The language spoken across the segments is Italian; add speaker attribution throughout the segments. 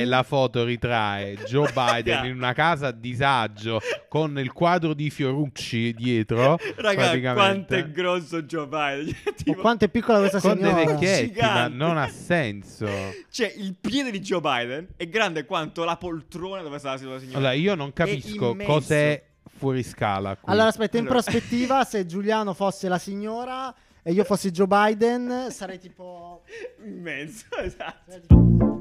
Speaker 1: e la foto ritrae Joe Biden in una casa a disagio con il quadro di Fiorucci dietro.
Speaker 2: Raga, quanto è
Speaker 1: praticamente.
Speaker 2: grosso Joe Biden.
Speaker 3: Oh,
Speaker 2: Tipo,
Speaker 3: quanto è piccola questa
Speaker 1: con dei
Speaker 3: signora.
Speaker 1: vecchietti, ma
Speaker 2: Gigante.
Speaker 1: non ha senso.
Speaker 2: Cioè, il piede di Joe Biden è grande quanto la poltrona dove sta la signora.
Speaker 1: Allora, io non capisco
Speaker 2: immenso.
Speaker 1: cos'è fuori scala. qui.
Speaker 3: Allora, aspetta, in
Speaker 2: Allora.
Speaker 3: prospettiva, se Giuliano fosse la signora e io fossi Joe Biden, sarei tipo...
Speaker 2: Immenso, esatto.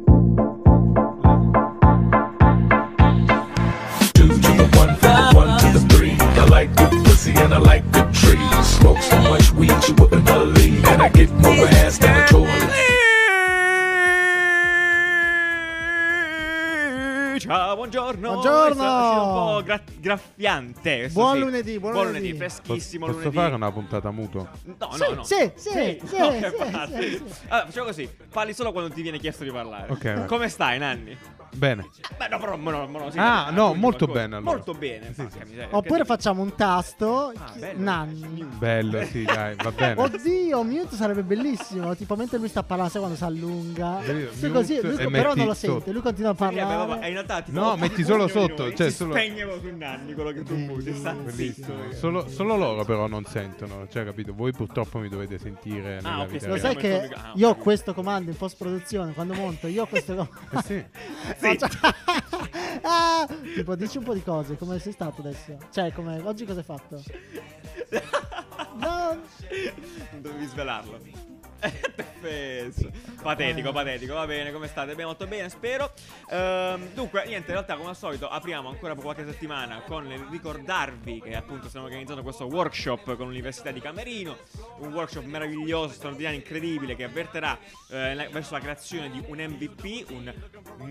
Speaker 4: two to the one, from the one to the three. I like the pussy and I like the tree. Smoke so much weed you wouldn't believe, and I get more ass than a toilet.
Speaker 2: Ciao, buongiorno.
Speaker 3: Buongiorno.
Speaker 2: È stato un po' gra- graffiante. questo
Speaker 3: Buon
Speaker 2: sì.
Speaker 3: lunedì, buon lunedì.
Speaker 1: Po-
Speaker 2: freschissimo
Speaker 1: posso
Speaker 2: lunedì.
Speaker 1: fare una puntata muto?
Speaker 2: No,
Speaker 3: Sì,
Speaker 2: no, no.
Speaker 3: sì, sì, sì,
Speaker 2: no,
Speaker 3: sì,
Speaker 2: infatti.
Speaker 3: sì, sì.
Speaker 2: Allora, facciamo così. Parli solo quando ti viene chiesto di parlare.
Speaker 1: Ok, vai.
Speaker 2: Come stai, Nanni?
Speaker 1: Bene.
Speaker 2: Beh, no, però, mo- no, mo- no, sì,
Speaker 1: Ah,
Speaker 2: dai,
Speaker 1: no,
Speaker 2: dai,
Speaker 1: molto
Speaker 2: qualcosa.
Speaker 1: bene, allora.
Speaker 2: Molto bene. porca miseria,
Speaker 3: Oppure
Speaker 2: che-
Speaker 3: facciamo un tasto, chi-
Speaker 2: bello.
Speaker 3: Nanni.
Speaker 1: Bello, sì, dai, va bene.
Speaker 3: Oddio, mute sarebbe bellissimo. Tipo, mentre lui sta parlando, sai quando si allunga.
Speaker 1: Vedi,
Speaker 3: Sì, così,
Speaker 1: mute
Speaker 3: lui-
Speaker 1: e
Speaker 3: però non lo
Speaker 1: metti sotto.
Speaker 3: sente, lui continua a
Speaker 2: Sì, vabbè, vabbè, in
Speaker 3: parlare.
Speaker 2: realtà, tipo,
Speaker 1: No,
Speaker 2: ogni-
Speaker 1: metti solo
Speaker 2: ognuno di
Speaker 1: sotto,
Speaker 2: noi
Speaker 1: cioè,
Speaker 2: si
Speaker 1: solo-
Speaker 2: spegneva sui nanni quello che tu muti. sta zitto.
Speaker 1: Solo, solo loro però non sentono, cioè capito? Voi purtroppo mi dovete sentire nella
Speaker 2: Ah, ok,
Speaker 1: vita
Speaker 3: Lo
Speaker 2: vabbè,
Speaker 3: sai
Speaker 1: reale.
Speaker 2: vabbè,
Speaker 3: che
Speaker 2: vabbè, vabbè.
Speaker 3: io ho questo comando in post-produzione, quando monto, io ho questo comando.
Speaker 1: Eh sì.
Speaker 2: Zitto.
Speaker 3: Ah, tipo, dici un po' di cose, come sei stato adesso? Cioè, come, oggi cosa hai fatto? No,
Speaker 2: Non dovevi svelarlo. Penso. Patetico, patetico, va bene, come state? Bene, molto bene, spero. Ehm, dunque, niente, in realtà, come al solito, apriamo ancora per qualche settimana con il ricordarvi che appunto stiamo organizzando questo workshop con l'Università di Camerino. Un workshop meraviglioso, straordinario, incredibile che avverterà eh, la- verso la creazione di un MVP. Un.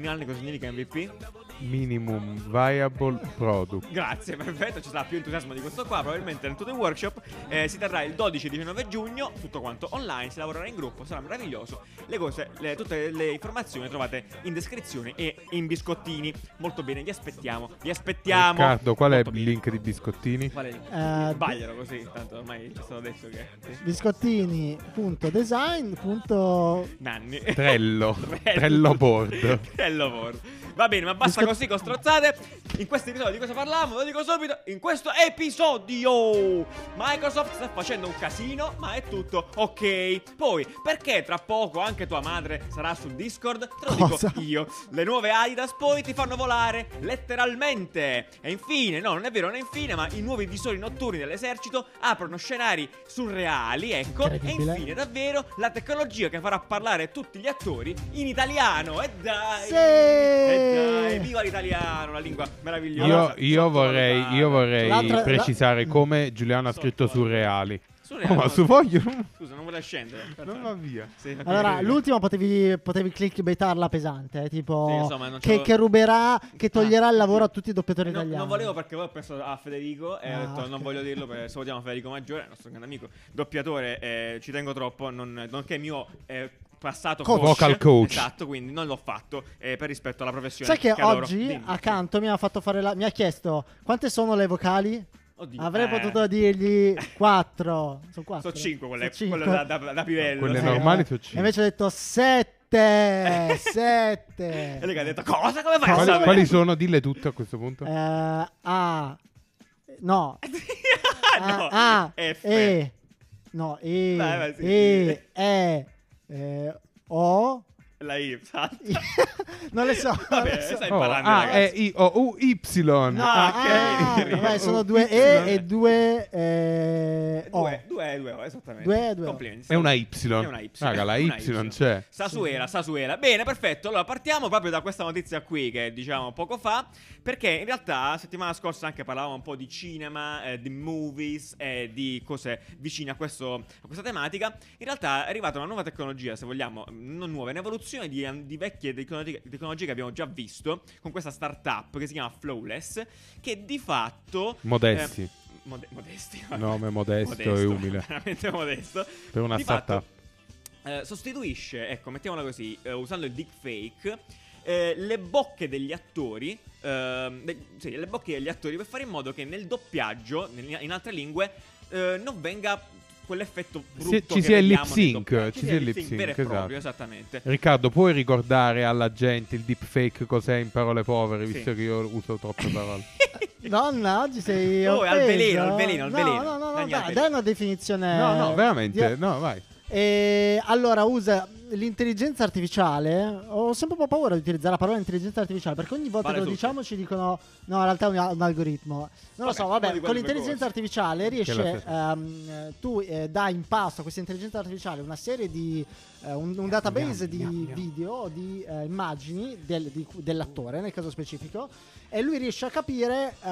Speaker 2: Nanni, cosa significa MVP?
Speaker 1: Minimum viable product.
Speaker 2: Grazie, perfetto, ci sarà più entusiasmo di questo qua, probabilmente nel tutto il workshop Eh, si terrà il 12 e 19 giugno, tutto quanto online, si lavorerà in gruppo, sarà meraviglioso. Le cose, le- tutte le informazioni le trovate in descrizione e in biscottini. Molto bene, vi aspettiamo, vi aspettiamo.
Speaker 1: Riccardo, qual è
Speaker 2: Molto
Speaker 1: il
Speaker 2: bene.
Speaker 1: link di biscottini?
Speaker 2: Qual è il link?
Speaker 3: Eh,
Speaker 2: Sbagliano così, tanto ormai ci è stato detto che sì.
Speaker 3: biscottini.design. punto-
Speaker 2: Nanni.
Speaker 1: Trello. Trello board.
Speaker 2: Trello board. Va bene, ma basta
Speaker 3: Biscott-
Speaker 2: così con strozzate. In questo episodio di cosa parliamo? Ve lo dico subito. In questo episodio Microsoft sta facendo un casino, ma è tutto ok. Poi, perché tra poco anche tua madre sarà sul Discord? Te lo
Speaker 3: Cosa?
Speaker 2: dico io. Le nuove Adidas poi ti fanno volare letteralmente. E infine, no, non è vero, non è infine, ma i nuovi visori notturni dell'esercito aprono scenari surreali, ecco. E
Speaker 3: Incredibile.
Speaker 2: infine, davvero, la tecnologia che farà parlare tutti gli attori in italiano. E dai!
Speaker 3: Sì!
Speaker 2: E dai, viva l'italiano, la lingua
Speaker 1: Io,
Speaker 2: meravigliosa.
Speaker 1: io vorrei, io vorrei
Speaker 3: L'altra- la-
Speaker 1: precisare come Giuliano ha scritto su Reali.
Speaker 2: Surreale,
Speaker 1: Oh, ma
Speaker 2: no?
Speaker 1: su voglio Eh,
Speaker 2: Scusa, non voleva scendere. aspetta.
Speaker 1: non va via.
Speaker 2: Sì, ok.
Speaker 3: Allora, l'ultima potevi, potevi clickbaitarla pesante, eh, tipo
Speaker 2: Sì, insomma, non
Speaker 3: che,
Speaker 2: c'ho-
Speaker 3: che ruberà, che toglierà il lavoro a tutti i
Speaker 2: Eh,
Speaker 3: doppiatori
Speaker 2: no,
Speaker 3: italiani.
Speaker 2: non volevo perché poi ho pensato a Federico e
Speaker 3: Ah,
Speaker 2: ho detto
Speaker 3: ok.
Speaker 2: non voglio dirlo perché salutiamo Federico Maggiore, il nostro grande amico, doppiatore, eh, ci tengo troppo, non, nonché mio eh, passato
Speaker 1: Coach.
Speaker 2: coach.
Speaker 1: Vocal coach.
Speaker 2: Esatto, quindi non l'ho fatto eh, per rispetto alla professione.
Speaker 3: Sai che,
Speaker 2: adoro.
Speaker 3: oggi
Speaker 2: Dimmi.
Speaker 3: accanto mi ha fatto fare la... mi ha chiesto quante sono le vocali?
Speaker 2: Oddio,
Speaker 3: Avrei
Speaker 2: eh,
Speaker 3: potuto dirgli 4. Sono 4.
Speaker 2: Sono 5 quelle, quelle da, da, da pivello.
Speaker 1: Quelle
Speaker 2: sì.
Speaker 1: normali. sono cinque.
Speaker 3: Invece ho detto 7. 7.
Speaker 2: Eh. E lui che ha detto cosa come fai a
Speaker 1: Quali,
Speaker 2: sapere?
Speaker 1: quali sono? Dille tutto a questo punto. Oh,
Speaker 3: Eh, A. No.
Speaker 2: Ah, no.
Speaker 3: A. A,
Speaker 2: F.
Speaker 3: E. No. E.
Speaker 2: Vai, vai, sì.
Speaker 3: E. E. eh, O.
Speaker 2: La I. esatto.
Speaker 3: non le so. non
Speaker 2: Vabbè,
Speaker 3: le so.
Speaker 2: stai
Speaker 1: Oh,
Speaker 2: imparando,
Speaker 1: A,
Speaker 2: ragazzi.
Speaker 1: E, I, O, U, Y.
Speaker 3: No,
Speaker 2: Ah, ok.
Speaker 3: ah, vabbè, sono
Speaker 1: Oh,
Speaker 3: due
Speaker 1: Y.
Speaker 3: E e due eh, O.
Speaker 2: Due, due, due, oh, esattamente.
Speaker 3: Due, due, oh.
Speaker 2: Complimenti.
Speaker 1: È una Y.
Speaker 2: È una Y.
Speaker 1: Raga, la
Speaker 2: Una
Speaker 1: Y c'è.
Speaker 2: Sasuela, Sasuela. Bene, perfetto. Allora partiamo proprio da questa notizia qui che diciamo poco fa, perché in realtà settimana scorsa anche parlavamo un po' di cinema, eh, di movies e di cose vicine a, questo- a questa tematica. In realtà è arrivata una nuova tecnologia, se vogliamo, non nuova, è un'evoluzione di, di vecchie tecnologi- tecnologie che abbiamo già visto con questa startup che si chiama Flawless, che di fatto...
Speaker 1: Modesti.
Speaker 2: eh, mode- modesti.
Speaker 1: Nome modesto e umile.
Speaker 2: Veramente modesto.
Speaker 1: Per una
Speaker 2: Di fatto,
Speaker 1: startup.
Speaker 2: eh, sostituisce, ecco, mettiamola così, eh, usando il deepfake, eh, le bocche degli attori, ehm, de- sì, le bocche degli attori per fare in modo che nel doppiaggio, nel- in altre lingue, eh, non venga quell'effetto
Speaker 1: Se-
Speaker 2: brutto
Speaker 1: ci
Speaker 2: che
Speaker 1: si è
Speaker 2: vediamo
Speaker 1: lip
Speaker 2: nel
Speaker 1: sync, ci
Speaker 2: doppiaggio. Ci
Speaker 1: si
Speaker 2: sia
Speaker 1: è
Speaker 2: il
Speaker 1: lip
Speaker 2: sync
Speaker 1: sync,
Speaker 2: vero e proprio,
Speaker 1: esatto.
Speaker 2: esattamente.
Speaker 1: Riccardo, puoi ricordare alla gente il deepfake cos'è in parole povere,
Speaker 2: Sì.
Speaker 1: visto che io uso troppe parole?
Speaker 3: Donna, oggi sei.
Speaker 2: Oh, al
Speaker 3: offeso.
Speaker 2: veleno, al veleno, al
Speaker 3: no,
Speaker 2: veleno.
Speaker 3: No, no, no,
Speaker 2: Dai, al
Speaker 3: dai,
Speaker 2: veleno.
Speaker 3: dai una definizione.
Speaker 1: No, no, veramente,
Speaker 3: di-
Speaker 1: no, vai.
Speaker 3: E allora usa l'intelligenza artificiale. Ho sempre un po' paura di utilizzare la parola intelligenza artificiale perché ogni volta
Speaker 2: Vale
Speaker 3: che lo
Speaker 2: tutti.
Speaker 3: diciamo ci dicono no, in realtà è un, un algoritmo. Non lo
Speaker 2: Vabbè,
Speaker 3: so,
Speaker 2: uno di
Speaker 3: vabbè,
Speaker 2: quelli
Speaker 3: con l'intelligenza
Speaker 2: precoci.
Speaker 3: artificiale
Speaker 1: Che la
Speaker 3: riesce
Speaker 1: stessa.
Speaker 3: ehm, eh, tu eh, dai in pasto a questa intelligenza artificiale una serie di eh, un, un database di video, o di eh, immagini del- di- dell'attore nel caso specifico e lui riesce a capire eh,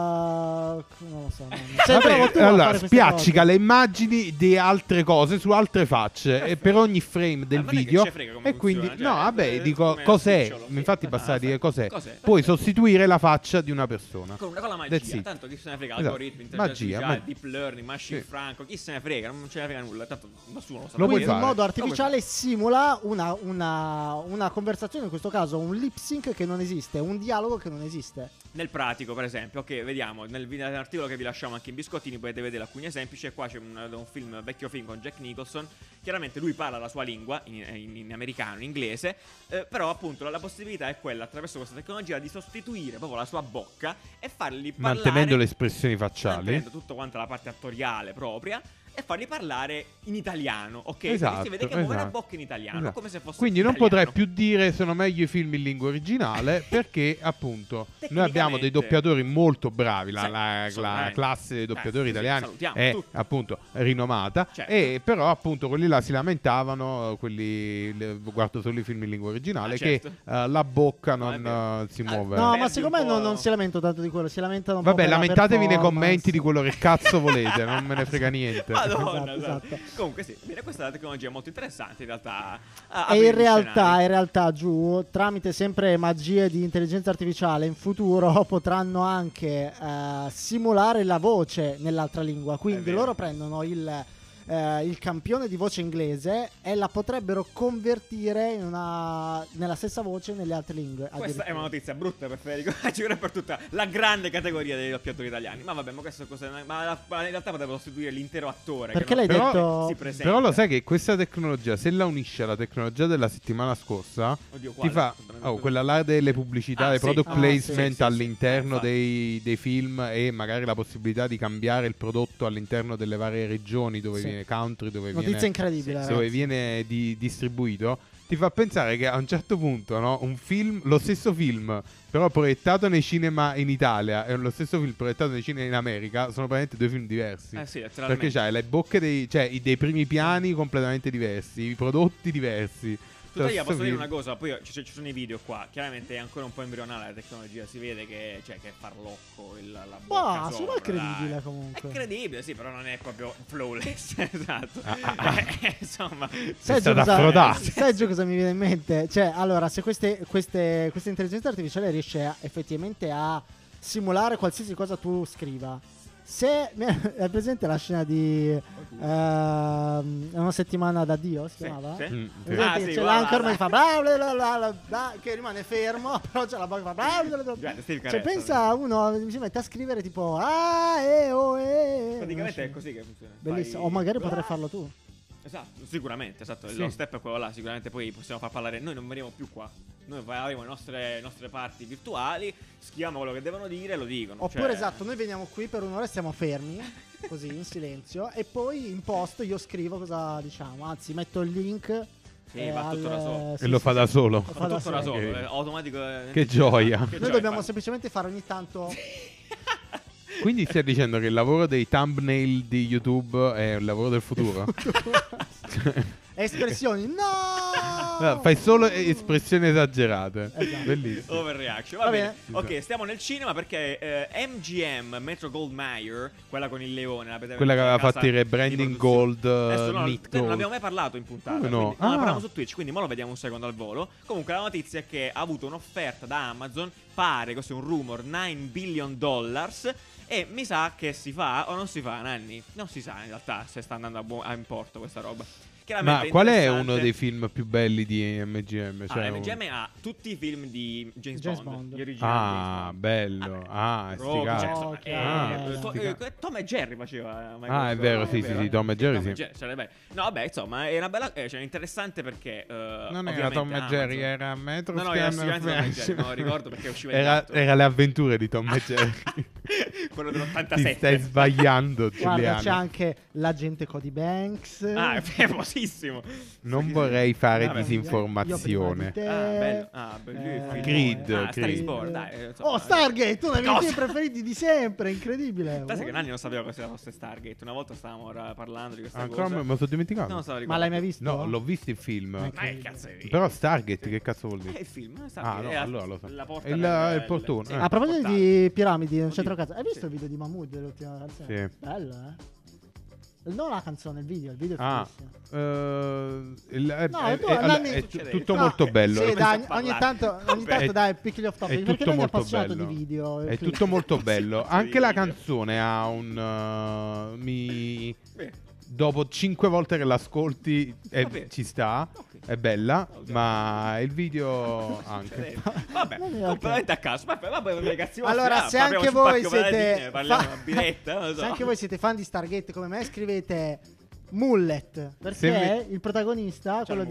Speaker 3: non lo so. non- Sei
Speaker 1: Vabbè,
Speaker 3: bravo tu a
Speaker 1: allora,
Speaker 3: fare queste cose.
Speaker 1: spiaccica le immagini di altre cose su altre facce e per ogni frame del
Speaker 2: Ma Eh, Ah, non è che
Speaker 1: video.
Speaker 2: ce frega come
Speaker 1: E quindi,
Speaker 2: funziona,
Speaker 1: no,
Speaker 2: cioè,
Speaker 1: vabbè,
Speaker 2: eh,
Speaker 1: dico
Speaker 2: come
Speaker 1: cos'è.
Speaker 2: spicciolo, sì.
Speaker 1: Infatti,
Speaker 2: Ah,
Speaker 1: basta dire cos'è.
Speaker 2: cos'è? Cos'è?
Speaker 1: Puoi sostituire la faccia di una persona.
Speaker 2: Con, con la
Speaker 1: That's
Speaker 2: magia,
Speaker 1: it.
Speaker 2: tanto chi se ne frega,
Speaker 1: Esatto.
Speaker 2: algoritmi, intelligenza
Speaker 1: Magia,
Speaker 2: artificiale,
Speaker 1: magia.
Speaker 2: deep learning, machine
Speaker 1: Sì.
Speaker 2: franco, chi se ne frega, non ce ne frega nulla, tanto nessuno lo sa.
Speaker 1: Lo puoi
Speaker 3: Quindi
Speaker 1: fare.
Speaker 3: in modo
Speaker 2: Lo puoi
Speaker 3: artificiale simula una, una- una conversazione, in questo caso un lip sync che non esiste, un dialogo che non esiste.
Speaker 2: Nel pratico, per esempio, ok, vediamo, nel, vi- nell'articolo che vi lasciamo anche in biscottini potete vedere alcuni esempi, c'è qua c'è un, un film, un vecchio film con Jack Nicholson, chiaramente lui parla la sua lingua, in, in- in americano, in inglese, eh, però appunto la, la possibilità è quella, attraverso questa tecnologia, di sostituire proprio la sua bocca e fargli parlare...
Speaker 1: Mantenendo le espressioni facciali.
Speaker 2: mantenendo tutta quanta la parte attoriale propria e farli parlare in italiano, ok?
Speaker 1: Esatto,
Speaker 2: Quindi si vede che muove la
Speaker 1: esatto.
Speaker 2: bocca in italiano,
Speaker 1: Esatto.
Speaker 2: come se fosse
Speaker 1: Quindi non
Speaker 2: italiano.
Speaker 1: potrei più dire sono meglio i film in lingua originale perché appunto noi abbiamo dei
Speaker 2: Tecnicamente-
Speaker 1: doppiatori molto bravi, la,
Speaker 2: Sì,
Speaker 1: la- la
Speaker 2: assolutamente.
Speaker 1: classe dei
Speaker 2: Eh,
Speaker 1: doppiatori
Speaker 2: sì,
Speaker 1: italiani
Speaker 2: salutiamo
Speaker 1: è
Speaker 2: tutti.
Speaker 1: appunto rinomata
Speaker 2: Certo.
Speaker 1: e però appunto quelli là si lamentavano, quelli le- guardo solo i film in lingua originale
Speaker 2: Ah, certo.
Speaker 1: che eh, la bocca
Speaker 2: No, è
Speaker 1: non
Speaker 2: vero.
Speaker 1: eh, si
Speaker 2: Ah,
Speaker 1: muove.
Speaker 2: Beh,
Speaker 3: no,
Speaker 2: perdi
Speaker 3: ma
Speaker 2: un
Speaker 3: secondo me
Speaker 2: po'-
Speaker 3: non, non si lamentano tanto di quello, si lamentano un po'
Speaker 1: Vabbè,
Speaker 3: per la
Speaker 1: lamentatevi nei
Speaker 3: performance.
Speaker 1: commenti di quello che cazzo volete, non me ne frega niente.
Speaker 2: Madonna,
Speaker 3: Esatto,
Speaker 2: esatto.
Speaker 3: esatto.
Speaker 2: Comunque sì, bene, questa è una tecnologia molto interessante in realtà. a-
Speaker 3: E
Speaker 2: aprire
Speaker 3: in
Speaker 2: gli
Speaker 3: realtà,
Speaker 2: scenari.
Speaker 3: in realtà, giù, tramite sempre magie di intelligenza artificiale, in futuro potranno anche eh, simulare la voce nell'altra lingua. Quindi
Speaker 2: vero.
Speaker 3: loro prendono il, eh, il campione di voce inglese e la potrebbero convertire in una- nella stessa voce nelle altre lingue.
Speaker 2: Questa è
Speaker 3: addirittura.
Speaker 2: una notizia brutta per Federico Giura per tutta la grande categoria dei doppiatori italiani. Ma vabbè, ma questo cosa. Ma, la- ma in realtà potrebbero sostituire l'intero attore. che
Speaker 3: Perché
Speaker 2: non-
Speaker 3: l'hai
Speaker 1: Però-
Speaker 3: detto-
Speaker 2: Si presenta.
Speaker 1: Però lo sai che questa tecnologia, se la unisce alla tecnologia della settimana scorsa,
Speaker 2: Oddio, quale?
Speaker 1: ti fa
Speaker 2: Scusami,
Speaker 1: oh,
Speaker 2: scusa.
Speaker 1: quella là delle pubblicità,
Speaker 2: Ah,
Speaker 1: dei
Speaker 2: sì.
Speaker 1: product
Speaker 3: Ah, sì,
Speaker 1: placement
Speaker 2: sì, sì,
Speaker 1: all'interno
Speaker 2: sì.
Speaker 1: dei, dei film e magari la possibilità di cambiare il prodotto all'interno delle varie regioni dove
Speaker 3: Sì.
Speaker 1: viene country, dove
Speaker 3: Notizia
Speaker 1: viene,
Speaker 3: incredibile,
Speaker 2: sì,
Speaker 1: dove
Speaker 3: ragazzi.
Speaker 1: viene di- distribuito. Ti fa pensare che a un certo punto, no, un film, lo stesso film, però proiettato nei cinema in Italia e lo stesso film proiettato nei cinema in America, sono praticamente due film diversi.
Speaker 2: Eh sì,
Speaker 1: Perché
Speaker 2: letteralmente.
Speaker 1: c'hai le bocche dei, cioè, i- dei primi piani completamente diversi, i prodotti diversi.
Speaker 2: Tuttavia
Speaker 1: Cioè,
Speaker 2: posso dire
Speaker 1: vi-
Speaker 2: una cosa, poi ci, ci sono i video qua, chiaramente è ancora un po' embrionale la tecnologia, si vede che, cioè, che è farlocco il, la bocca
Speaker 3: Ma,
Speaker 2: sopra,
Speaker 3: sembra credibile
Speaker 2: dai.
Speaker 3: comunque.
Speaker 2: È credibile, sì, però non è proprio flawless, esatto.
Speaker 1: Ah, ah, ah.
Speaker 2: Eh, Insomma,
Speaker 1: stata
Speaker 3: Sai già, cosa,
Speaker 1: affrodata.
Speaker 3: sai già cosa mi viene in mente? Cioè, allora, se queste, queste, questa intelligenza artificiale riesce a- effettivamente a simulare qualsiasi cosa tu scriva. Se è presente la scena di ehm, una settimana da Dio, si
Speaker 2: Sì,
Speaker 3: chiamava?
Speaker 2: sì.
Speaker 1: Mm, sì.
Speaker 3: Presente
Speaker 2: Ah,
Speaker 3: che
Speaker 2: sì,
Speaker 3: c'è
Speaker 2: va, va,
Speaker 3: l'anchorman
Speaker 2: va.
Speaker 3: che fa bla bla bla bla bla bla, che rimane fermo, però c'è la bocca che fa bla bla bla bla.
Speaker 2: Guarda, Steve
Speaker 3: Cioè,
Speaker 2: Carell,
Speaker 3: pensa uno mi si mette a scrivere tipo ah eh oh eh.
Speaker 2: Praticamente
Speaker 3: Una
Speaker 2: è così che funziona.
Speaker 3: scena. Bellissimo,
Speaker 2: Fai-
Speaker 3: o magari
Speaker 2: Ah!
Speaker 3: potrai farlo tu.
Speaker 2: Esatto, sicuramente, esatto.
Speaker 1: Sì.
Speaker 2: Lo step è quello là, sicuramente poi possiamo far parlare. Noi non veniamo più qua. Noi avremo le nostre, nostre parti virtuali, scriviamo quello che devono dire e lo dicono.
Speaker 3: Oppure
Speaker 2: cioè-
Speaker 3: esatto, noi veniamo qui per un'ora e stiamo fermi, così in silenzio, e poi in post io scrivo cosa diciamo, anzi metto il link. eh,
Speaker 2: Sì, va tutto da solo.
Speaker 1: E lo fa da solo.
Speaker 3: Lo
Speaker 2: Fa
Speaker 3: fa da
Speaker 2: tutto da
Speaker 3: solo.
Speaker 2: solo,
Speaker 1: Che-
Speaker 2: eh, automatico. eh,
Speaker 1: che gioia.
Speaker 2: che
Speaker 3: Noi dobbiamo
Speaker 2: fa-
Speaker 3: semplicemente fare ogni tanto...
Speaker 1: Quindi stai dicendo che il lavoro dei thumbnail di YouTube è un lavoro del futuro?
Speaker 3: espressioni. No!
Speaker 1: Allora, Fai solo espressioni esagerate.
Speaker 3: Esatto.
Speaker 1: Bellissimo.
Speaker 2: Overreaction, va,
Speaker 3: Va
Speaker 2: bene.
Speaker 1: bene.
Speaker 2: Ok, stiamo nel cinema perché eh, MGM, Metro Goldmeyer, quella con il leone, la
Speaker 1: Quella che aveva
Speaker 2: casa
Speaker 1: fatto il rebranding
Speaker 2: di produzione.
Speaker 1: Gold, eh,
Speaker 2: Adesso no,
Speaker 1: Nick
Speaker 2: non
Speaker 1: Gold.
Speaker 2: abbiamo mai parlato in puntata.
Speaker 1: Come no?
Speaker 2: quindi- non
Speaker 1: Ah.
Speaker 2: ne parliamo su Twitch, quindi mo lo vediamo un secondo al volo. Comunque la notizia è che ha avuto un'offerta da Amazon, pare, questo è un rumor, 9 billion dollars. E mi sa che si fa o non si fa, Nanni. Non si sa in realtà se sta andando a, buon- a in porto questa roba.
Speaker 1: Ma
Speaker 2: Chiaramente
Speaker 1: qual è
Speaker 2: interessante.
Speaker 1: uno dei film più belli di MGM? Cioè,
Speaker 2: Ah,
Speaker 1: un-
Speaker 2: MGM ha tutti i film di James,
Speaker 3: James
Speaker 2: Bond,
Speaker 3: Bond.
Speaker 2: gli originali
Speaker 1: Ah,
Speaker 2: di James Bond.
Speaker 1: bello. Ah, sti
Speaker 2: Rocky
Speaker 1: cazzi.
Speaker 2: Jackson,
Speaker 3: Ok,
Speaker 2: eh,
Speaker 1: ah,
Speaker 2: to-
Speaker 1: sti
Speaker 2: eh,
Speaker 1: ca-
Speaker 2: Tom e Jerry faceva eh, Michael
Speaker 1: Ah, è
Speaker 2: Jordan,
Speaker 1: vero, sì, sì, sì, Tom e Jerry, sì.
Speaker 2: Jerry, sarebbe- cioè, No, vabbè, insomma, è una bella eh, cioè interessante perché eh,
Speaker 1: Non era
Speaker 2: ovviamente
Speaker 1: Tom e Jerry,
Speaker 2: Amazon-
Speaker 1: era Metro
Speaker 2: No, no,
Speaker 1: Scan
Speaker 2: era sicuramente Tom e
Speaker 1: Flash.
Speaker 2: Jerry, non lo ricordo perché usciva in
Speaker 1: era,
Speaker 2: alto.
Speaker 1: era le avventure di Tom e Jerry.
Speaker 2: Quello dell'87.
Speaker 1: Ti stai sbagliando,
Speaker 3: Guarda, c'è
Speaker 1: Giuliano.
Speaker 3: anche l'agente Cody Banks.
Speaker 2: Ah, è famosissimo.
Speaker 1: Non vorrei fare
Speaker 2: Vabbè.
Speaker 1: disinformazione.
Speaker 3: Io prima di
Speaker 2: Ah,
Speaker 3: te.
Speaker 2: bello. Ah, bello. lui è
Speaker 3: Eh,
Speaker 2: figo.
Speaker 1: Creed,
Speaker 2: Ah, Star is
Speaker 1: Creed.
Speaker 2: Born, dai. eh, insomma,
Speaker 3: Oh, Stargate, uno dei miei
Speaker 2: Cosa?
Speaker 3: film preferiti di sempre, incredibile.
Speaker 2: Pensa che Nanni non sapeva cosa fosse Stargate. Una volta stavamo ra- parlando di questa
Speaker 1: Ancora
Speaker 2: cosa.
Speaker 1: Ah, me me lo sto dimenticando.
Speaker 2: Non so,
Speaker 3: Ma l'hai mai visto?
Speaker 1: No, l'ho visto il film.
Speaker 3: Ecco.
Speaker 2: Ma che cazzo è
Speaker 1: Però Stargate, che cazzo vuol
Speaker 2: È
Speaker 1: dire?
Speaker 2: il film. eh,
Speaker 1: Ah,
Speaker 2: Stargate,
Speaker 1: no,
Speaker 2: è la-
Speaker 1: allora lo so.
Speaker 2: La porta
Speaker 1: È il-
Speaker 2: nel-
Speaker 1: il portone,
Speaker 2: sì,
Speaker 1: eh.
Speaker 2: il
Speaker 3: Ah, A proposito
Speaker 2: portale.
Speaker 3: di piramidi, non
Speaker 2: Oddio.
Speaker 3: c'entra caso. Hai visto
Speaker 2: Sì.
Speaker 3: il video di Mahmood dell'ultima canzone?
Speaker 1: Sì.
Speaker 3: Bello, eh? Non la canzone, il video, il video è
Speaker 1: Ah,
Speaker 3: fighissimo.
Speaker 1: eh, il- è,
Speaker 3: No,
Speaker 1: è-
Speaker 3: tu,
Speaker 1: è- allora,
Speaker 3: Nanni-
Speaker 1: è tu- tutto
Speaker 3: No,
Speaker 1: molto bello.
Speaker 3: Sì,
Speaker 2: Come
Speaker 3: dai,
Speaker 2: sto
Speaker 3: ogni
Speaker 2: parlando?
Speaker 3: tanto, ogni
Speaker 2: Vabbè.
Speaker 3: tanto dai, piccoli off topic.
Speaker 1: è
Speaker 3: perché
Speaker 1: tutto
Speaker 3: non è
Speaker 1: molto
Speaker 3: appassionato
Speaker 1: bello.
Speaker 3: di video. eh,
Speaker 1: È
Speaker 3: clip.
Speaker 1: tutto molto
Speaker 2: Cazzo
Speaker 1: bello.
Speaker 2: di
Speaker 1: Anche la
Speaker 2: video.
Speaker 1: canzone ha un. eh, mi-
Speaker 2: Beh,
Speaker 1: Dopo cinque volte che l'ascolti, eh,
Speaker 2: Vabbè.
Speaker 1: ci sta.
Speaker 2: Ok.
Speaker 1: È bella,
Speaker 2: Ok.
Speaker 1: ma il video Oh, anche.
Speaker 2: succede? Vabbè,
Speaker 3: Non è ok.
Speaker 2: completamente a caso. Vabbè, vabbè, ragazzi,
Speaker 3: Allora,
Speaker 2: ah,
Speaker 3: se
Speaker 2: parliamo
Speaker 3: anche
Speaker 2: sul
Speaker 3: voi
Speaker 2: Parco Paladini,
Speaker 3: siete.
Speaker 2: Parliamo
Speaker 3: fa-
Speaker 2: a biretta. non lo so.
Speaker 3: se anche voi siete fan di Stargate come me, scrivete Mullet.
Speaker 1: Se
Speaker 3: Perché
Speaker 1: mi-
Speaker 3: il protagonista, quello
Speaker 2: il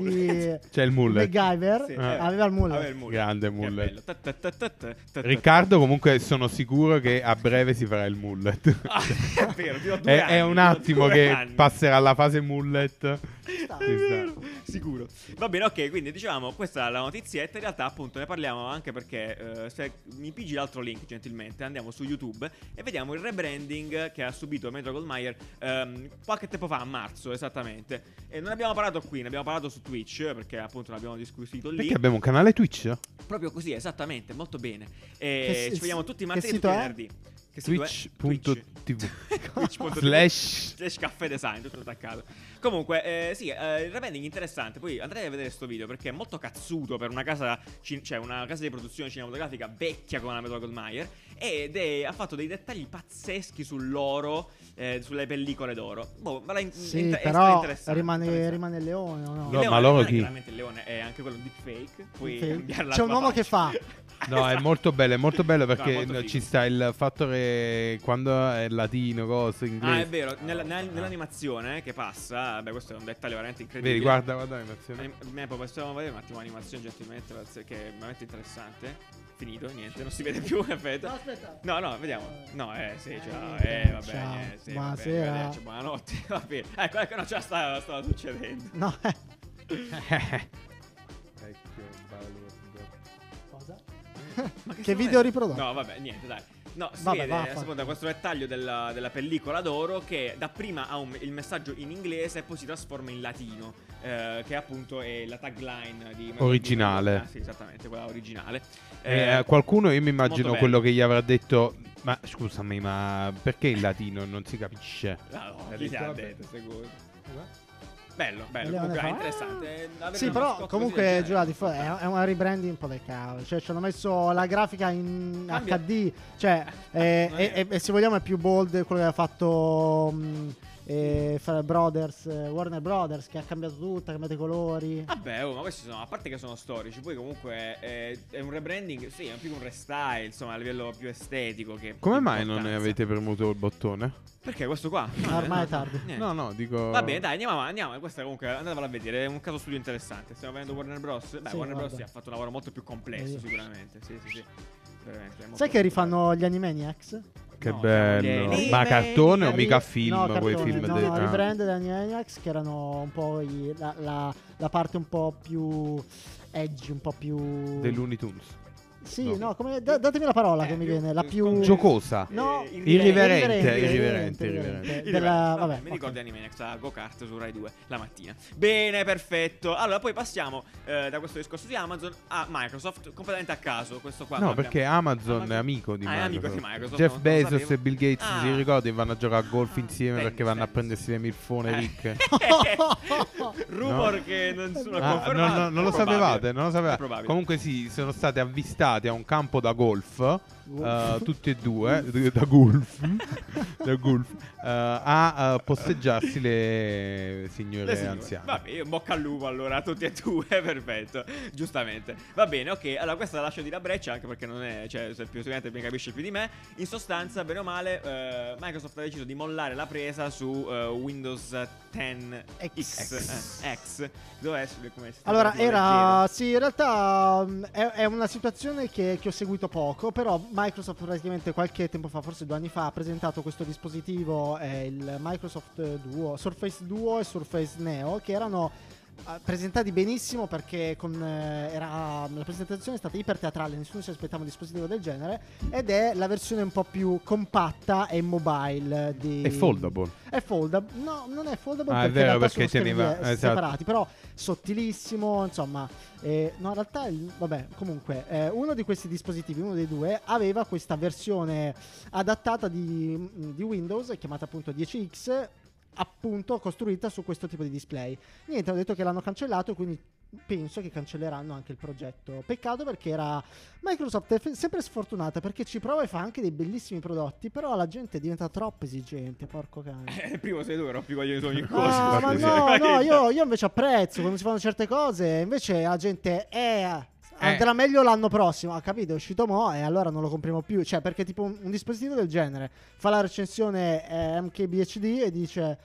Speaker 3: di.
Speaker 1: C'è il mullet.
Speaker 3: MacGyver,
Speaker 2: Sì,
Speaker 1: Ah.
Speaker 2: eh.
Speaker 3: aveva il mullet.
Speaker 2: Aveva il mullet.
Speaker 1: Grande
Speaker 2: Che
Speaker 1: mullet.
Speaker 2: bello. Ta- ta- ta- ta- ta- ta-
Speaker 1: Riccardo, comunque, sono sicuro che a breve si farà il mullet.
Speaker 2: Ah, è vero, ti do due
Speaker 1: è,
Speaker 2: anni,
Speaker 1: è un
Speaker 2: ti do
Speaker 1: attimo
Speaker 2: due
Speaker 1: che
Speaker 2: anni.
Speaker 1: passerà alla fase mullet.
Speaker 3: sta.
Speaker 1: Ci
Speaker 2: È
Speaker 1: sta.
Speaker 2: vero, sicuro. Va bene, ok, quindi dicevamo, questa è la notizietta, in realtà appunto ne parliamo anche perché eh, se mi pigi l'altro link gentilmente, andiamo su YouTube e vediamo il rebranding che ha subito Metro Goldmyer ehm, qualche tempo fa, a marzo esattamente. E non abbiamo parlato qui, ne abbiamo parlato su Twitch perché appunto ne abbiamo discusso lì.
Speaker 1: Perché abbiamo un canale Twitch?
Speaker 2: Proprio così, esattamente, molto bene.
Speaker 3: Che
Speaker 2: E
Speaker 3: s-
Speaker 2: ci vediamo tutti i
Speaker 3: che
Speaker 2: martedì e tutti
Speaker 3: sito
Speaker 2: i
Speaker 3: è?
Speaker 2: venerdì. Che sito è?
Speaker 1: Twitch.tv
Speaker 2: Twitch.tv.
Speaker 1: slash
Speaker 2: slash caffè design tutto attaccato comunque eh, sì eh, il rebranding interessante poi andrei a vedere sto video perché è molto cazzuto per una casa cin- cioè una casa di produzione cinematografica vecchia come la Metro Goldmyer ed è- ha fatto dei dettagli pazzeschi sull'oro eh, sulle pellicole d'oro boh, ma la in-
Speaker 3: Sì,
Speaker 2: inter- è stato
Speaker 3: però
Speaker 2: interessante,
Speaker 3: rimane,
Speaker 2: interessante.
Speaker 3: rimane il leone, o no?
Speaker 2: Il
Speaker 1: No,
Speaker 2: leone-
Speaker 1: ma loro
Speaker 2: non è
Speaker 1: chi?
Speaker 2: chiaramente il leone è anche quello di fake puoi
Speaker 3: Deepfake.
Speaker 2: cambiarla Esatto.
Speaker 3: C'è un uomo che fa.
Speaker 1: No, è molto bello, è molto bello perché
Speaker 2: molto
Speaker 1: no,
Speaker 2: figo.
Speaker 1: ci sta il fattore quando è latino, cose
Speaker 2: Ah,
Speaker 1: inglese.
Speaker 2: è vero, nella- nella- nell'animazione che passa, beh, questo è un dettaglio veramente incredibile.
Speaker 1: Vedi, guarda, guarda l'animazione.
Speaker 2: Anim- me, poi possiamo vedere un attimo l'animazione gentilmente perché- che è veramente interessante. Finito, niente, non si vede più,
Speaker 3: No,
Speaker 2: aspetta.
Speaker 3: aspetta.
Speaker 2: No, no, vediamo. No, eh, sì, ciao,
Speaker 3: Eh,
Speaker 2: eh, vabbè,
Speaker 3: ciao,
Speaker 2: eh, sì,
Speaker 3: buonasera.
Speaker 2: vabbè, arrivederci, buonanotte, va bene. Ecco, ecco, no, già stava, stava succedendo.
Speaker 3: No, eh. Cosa?
Speaker 2: Ma
Speaker 3: Che
Speaker 2: sta
Speaker 3: video
Speaker 2: vedendo?
Speaker 3: riprodotto?
Speaker 2: No, vaè, niente, dai. No, si
Speaker 3: Vabbè,
Speaker 2: vede
Speaker 3: va,
Speaker 2: eh,
Speaker 3: fa-
Speaker 2: secondo me, questo dettaglio della, della pellicola d'oro che dapprima ha un- il messaggio in inglese e poi si trasforma in latino, eh, che appunto è la tagline di...
Speaker 1: Originale.
Speaker 2: Ah, sì, esattamente, quella originale.
Speaker 1: Eh,
Speaker 2: Eh,
Speaker 1: qualcuno io mi
Speaker 2: molto
Speaker 1: immagino
Speaker 2: bello.
Speaker 1: quello che gli avrà detto. Ma scusami, ma perché il latino non si capisce?
Speaker 2: Ah, no,
Speaker 1: Eh,
Speaker 2: chi te l'ha
Speaker 1: vabbè.
Speaker 2: detto, sicuro. Bello, bello,
Speaker 3: Leone
Speaker 2: comunque
Speaker 3: fa-
Speaker 2: è interessante. eh, avere
Speaker 3: Sì,
Speaker 2: una mascotte
Speaker 3: però
Speaker 2: così cioè,
Speaker 3: comunque
Speaker 2: del
Speaker 3: Giulia
Speaker 2: genere.
Speaker 3: di fu- è, è un rebranding un po' del cavolo. Cioè, ci hanno messo la grafica in
Speaker 2: Cambia.
Speaker 3: HD. Cioè, eh,
Speaker 2: Non è-
Speaker 3: e, e- e se vogliamo è più bold quello che ha fatto mm, eh, fra- Brothers, eh, Warner Brothers, che ha cambiato tutto, ha cambiato i colori.
Speaker 2: Vabbè, oh, ma questi sono, a parte che sono storici, poi comunque è, è un rebranding, sì, è più un restyle, insomma, a livello più estetico che
Speaker 1: Come
Speaker 2: di
Speaker 1: mai non ne
Speaker 2: importanza.
Speaker 1: avete premuto il bottone?
Speaker 2: Perché questo qua?
Speaker 3: Ah, ormai è tardi.
Speaker 2: Niente.
Speaker 1: No, no, dico.
Speaker 2: Va bene, dai, andiamo avanti. Andiamo. Questa comunque andatevela a vedere. È un caso studio interessante. Stiamo vedendo Warner Bros. Beh,
Speaker 3: Sì,
Speaker 2: Warner Bros.
Speaker 3: guarda.
Speaker 2: sì, ha fatto un lavoro molto più complesso,
Speaker 3: Sì.
Speaker 2: sicuramente. Sì, sì, sì. Veramente, è molto
Speaker 3: Sai che
Speaker 2: molto
Speaker 3: rifanno gli Animaniacs?
Speaker 1: Che
Speaker 2: No, siamo
Speaker 1: bello.
Speaker 2: alieni.
Speaker 1: Ma cartone o
Speaker 3: Ri-
Speaker 1: mica film?
Speaker 3: Eh, no,
Speaker 1: quei
Speaker 3: cartone,
Speaker 1: film
Speaker 3: no,
Speaker 1: dei-
Speaker 3: no,
Speaker 1: ah.
Speaker 3: i brand degli Animaniacs che erano un po' i- la, la- la parte un po' più edgy, un po' più
Speaker 1: dei Looney Tunes.
Speaker 3: Sì,
Speaker 1: no.
Speaker 3: no, come, da- datemi la parola
Speaker 2: Eh,
Speaker 3: che mi
Speaker 2: io-
Speaker 3: viene, la
Speaker 2: io-
Speaker 3: più
Speaker 1: Giocosa.
Speaker 3: No,
Speaker 2: Eh,
Speaker 1: irriverente, irriverente,
Speaker 2: bello.
Speaker 3: Della,
Speaker 2: Irriverente.
Speaker 3: vabbè,
Speaker 2: mi
Speaker 3: ok.
Speaker 2: ricordo Animax a Go Kart su Rai 2 la mattina. Bene, perfetto. Allora, poi passiamo eh, da questo discorso di Amazon a Microsoft, completamente a caso. Questo qua.
Speaker 1: No,
Speaker 2: guarda.
Speaker 1: perché Amazon,
Speaker 2: Amazon-
Speaker 1: è amico di
Speaker 2: Ah, è
Speaker 1: Microsoft.
Speaker 2: amico di Microsoft,
Speaker 1: Jeff
Speaker 2: non- non lo
Speaker 1: Bezos
Speaker 2: sapevo.
Speaker 1: e Bill Gates
Speaker 2: Ah.
Speaker 1: si ricordi vanno a giocare a golf
Speaker 2: Ah,
Speaker 1: insieme
Speaker 2: tennis,
Speaker 1: perché vanno a
Speaker 2: tennis.
Speaker 1: prendersi le milfone
Speaker 2: Eh.
Speaker 1: ricche.
Speaker 2: Rumor che nessuno ha
Speaker 1: Ah, no,
Speaker 2: confermato.
Speaker 1: Ah, no, non lo
Speaker 2: Probabile.
Speaker 1: sapevate, non lo
Speaker 2: È
Speaker 1: sapevate.
Speaker 2: probabile.
Speaker 1: Comunque sì, sono state avvistate portati a un campo da golf, eh, tutti e due, eh, da golf, da golf, eh, a eh, posteggiarsi le signore
Speaker 2: Le signore.
Speaker 1: anziane.
Speaker 2: Va bene, bocca al lupo allora a tutti e due, perfetto, giustamente. Va bene, ok, allora questa la lascio di la breccia anche perché non è, cioè, se più sicuramente mi capisce più di me. In sostanza, bene o male, eh, Microsoft ha deciso di mollare la presa su eh, Windows 10 X.
Speaker 3: X.
Speaker 2: eh, X. Dov'è? Su- come si
Speaker 3: Allora,
Speaker 2: chiama?
Speaker 3: era. Sì, in realtà mh, è, è una situazione che, che ho seguito poco. Però Microsoft praticamente qualche tempo fa, forse due anni fa, ha presentato questo dispositivo, eh, il Microsoft Duo, Surface Duo e Surface Neo, che erano eh, presentati benissimo perché con, eh, era- la presentazione è stata iperteatrale, nessuno si aspettava un dispositivo del genere. Ed è la versione un po' più compatta e mobile di.
Speaker 1: È foldable.
Speaker 3: È foldable, no, non è foldable
Speaker 1: Ah, è
Speaker 3: perché,
Speaker 1: vero,
Speaker 3: in realtà sono
Speaker 1: perché teneva-
Speaker 3: schermi, eh,
Speaker 1: esatto.
Speaker 3: separati, però sottilissimo, insomma, eh, no, in realtà, il- vabbè, comunque, eh, uno di questi dispositivi, uno dei due, aveva questa versione adattata di, mm, di Windows, chiamata appunto 10X, appunto costruita su questo tipo di display. Niente, hanno detto che l'hanno cancellato, quindi penso che cancelleranno anche il progetto. Peccato perché era Microsoft è fe- sempre sfortunata perché ci prova e fa anche dei bellissimi prodotti, però la gente diventa troppo esigente, porco cane.
Speaker 2: Eh, primo sei duro, più voglio su ogni cosa.
Speaker 3: Ah, ma
Speaker 1: scusi.
Speaker 3: no, no, io, io invece apprezzo quando si fanno certe cose, invece la gente è... Andrà
Speaker 1: Eh.
Speaker 3: meglio l'anno prossimo, ha capito? È uscito mo' e allora non lo compriamo più. Cioè, perché tipo un, un dispositivo del genere fa la recensione eh, MKBHD e dice: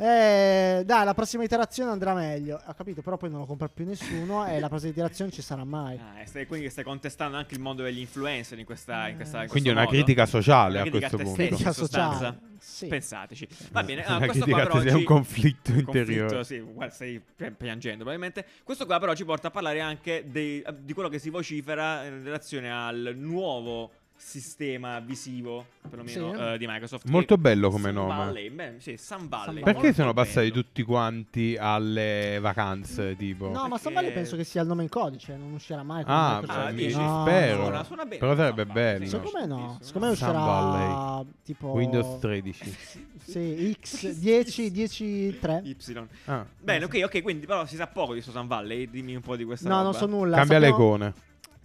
Speaker 3: eh, Dai, la prossima iterazione andrà meglio. Ha capito? Però poi non lo compra più nessuno e la prossima iterazione ci sarà mai.
Speaker 2: Ah, e stai- quindi stai contestando anche il mondo degli influencer in questa, in questa in
Speaker 1: Quindi è
Speaker 2: questo
Speaker 1: una
Speaker 2: modo.
Speaker 1: critica sociale
Speaker 2: Una
Speaker 1: a
Speaker 2: critica
Speaker 1: questo
Speaker 2: a te
Speaker 1: punto.
Speaker 2: stesso.
Speaker 3: Critica
Speaker 2: in sostanza.
Speaker 3: sociale. Sì.
Speaker 2: Pensateci. Va bene,
Speaker 1: Una
Speaker 2: allora, questo qua
Speaker 1: critica
Speaker 2: per
Speaker 1: che sia
Speaker 2: oggi-
Speaker 1: un conflitto
Speaker 2: un conflitto,
Speaker 1: interiore.
Speaker 2: sì, guarda, stai pi- piangendo probabilmente. Questo qua però ci porta a parlare anche dei- di quello che si vocifera in relazione al nuovo sistema visivo, perlomeno
Speaker 3: Sì.
Speaker 2: eh, di Microsoft. che-
Speaker 1: Molto bello come
Speaker 2: Sun
Speaker 1: nome.
Speaker 2: Valley, beh, sì, Sun Valley.
Speaker 3: Valley.
Speaker 1: Perché
Speaker 2: molto
Speaker 1: sono passati
Speaker 2: bello.
Speaker 1: tutti quanti alle vacanze? Tipo,
Speaker 3: No, ma San
Speaker 2: Perché-
Speaker 3: Valley penso che sia il nome in codice, non uscirà mai. come
Speaker 1: Ah,
Speaker 3: Microsoft.
Speaker 2: Ah,
Speaker 1: mi-
Speaker 2: dici?
Speaker 3: No,
Speaker 1: spero.
Speaker 2: Suona- suona bene,
Speaker 1: Però sarebbe
Speaker 2: Sun Valley,
Speaker 1: bello.
Speaker 2: sì.
Speaker 3: Secondo me no,
Speaker 2: Bellissimo.
Speaker 3: secondo me
Speaker 1: Sun
Speaker 3: uscirà
Speaker 1: Valley.
Speaker 3: tipo
Speaker 1: Windows 13.
Speaker 3: Sì, X 10 10 3.
Speaker 2: Y.
Speaker 1: Ah.
Speaker 2: Bene, ok, ok, quindi però si sa poco di Susan Valley, dimmi un po' di questa
Speaker 3: No,
Speaker 2: roba.
Speaker 3: non so nulla.
Speaker 1: Cambia le
Speaker 3: sappiamo-
Speaker 1: icone.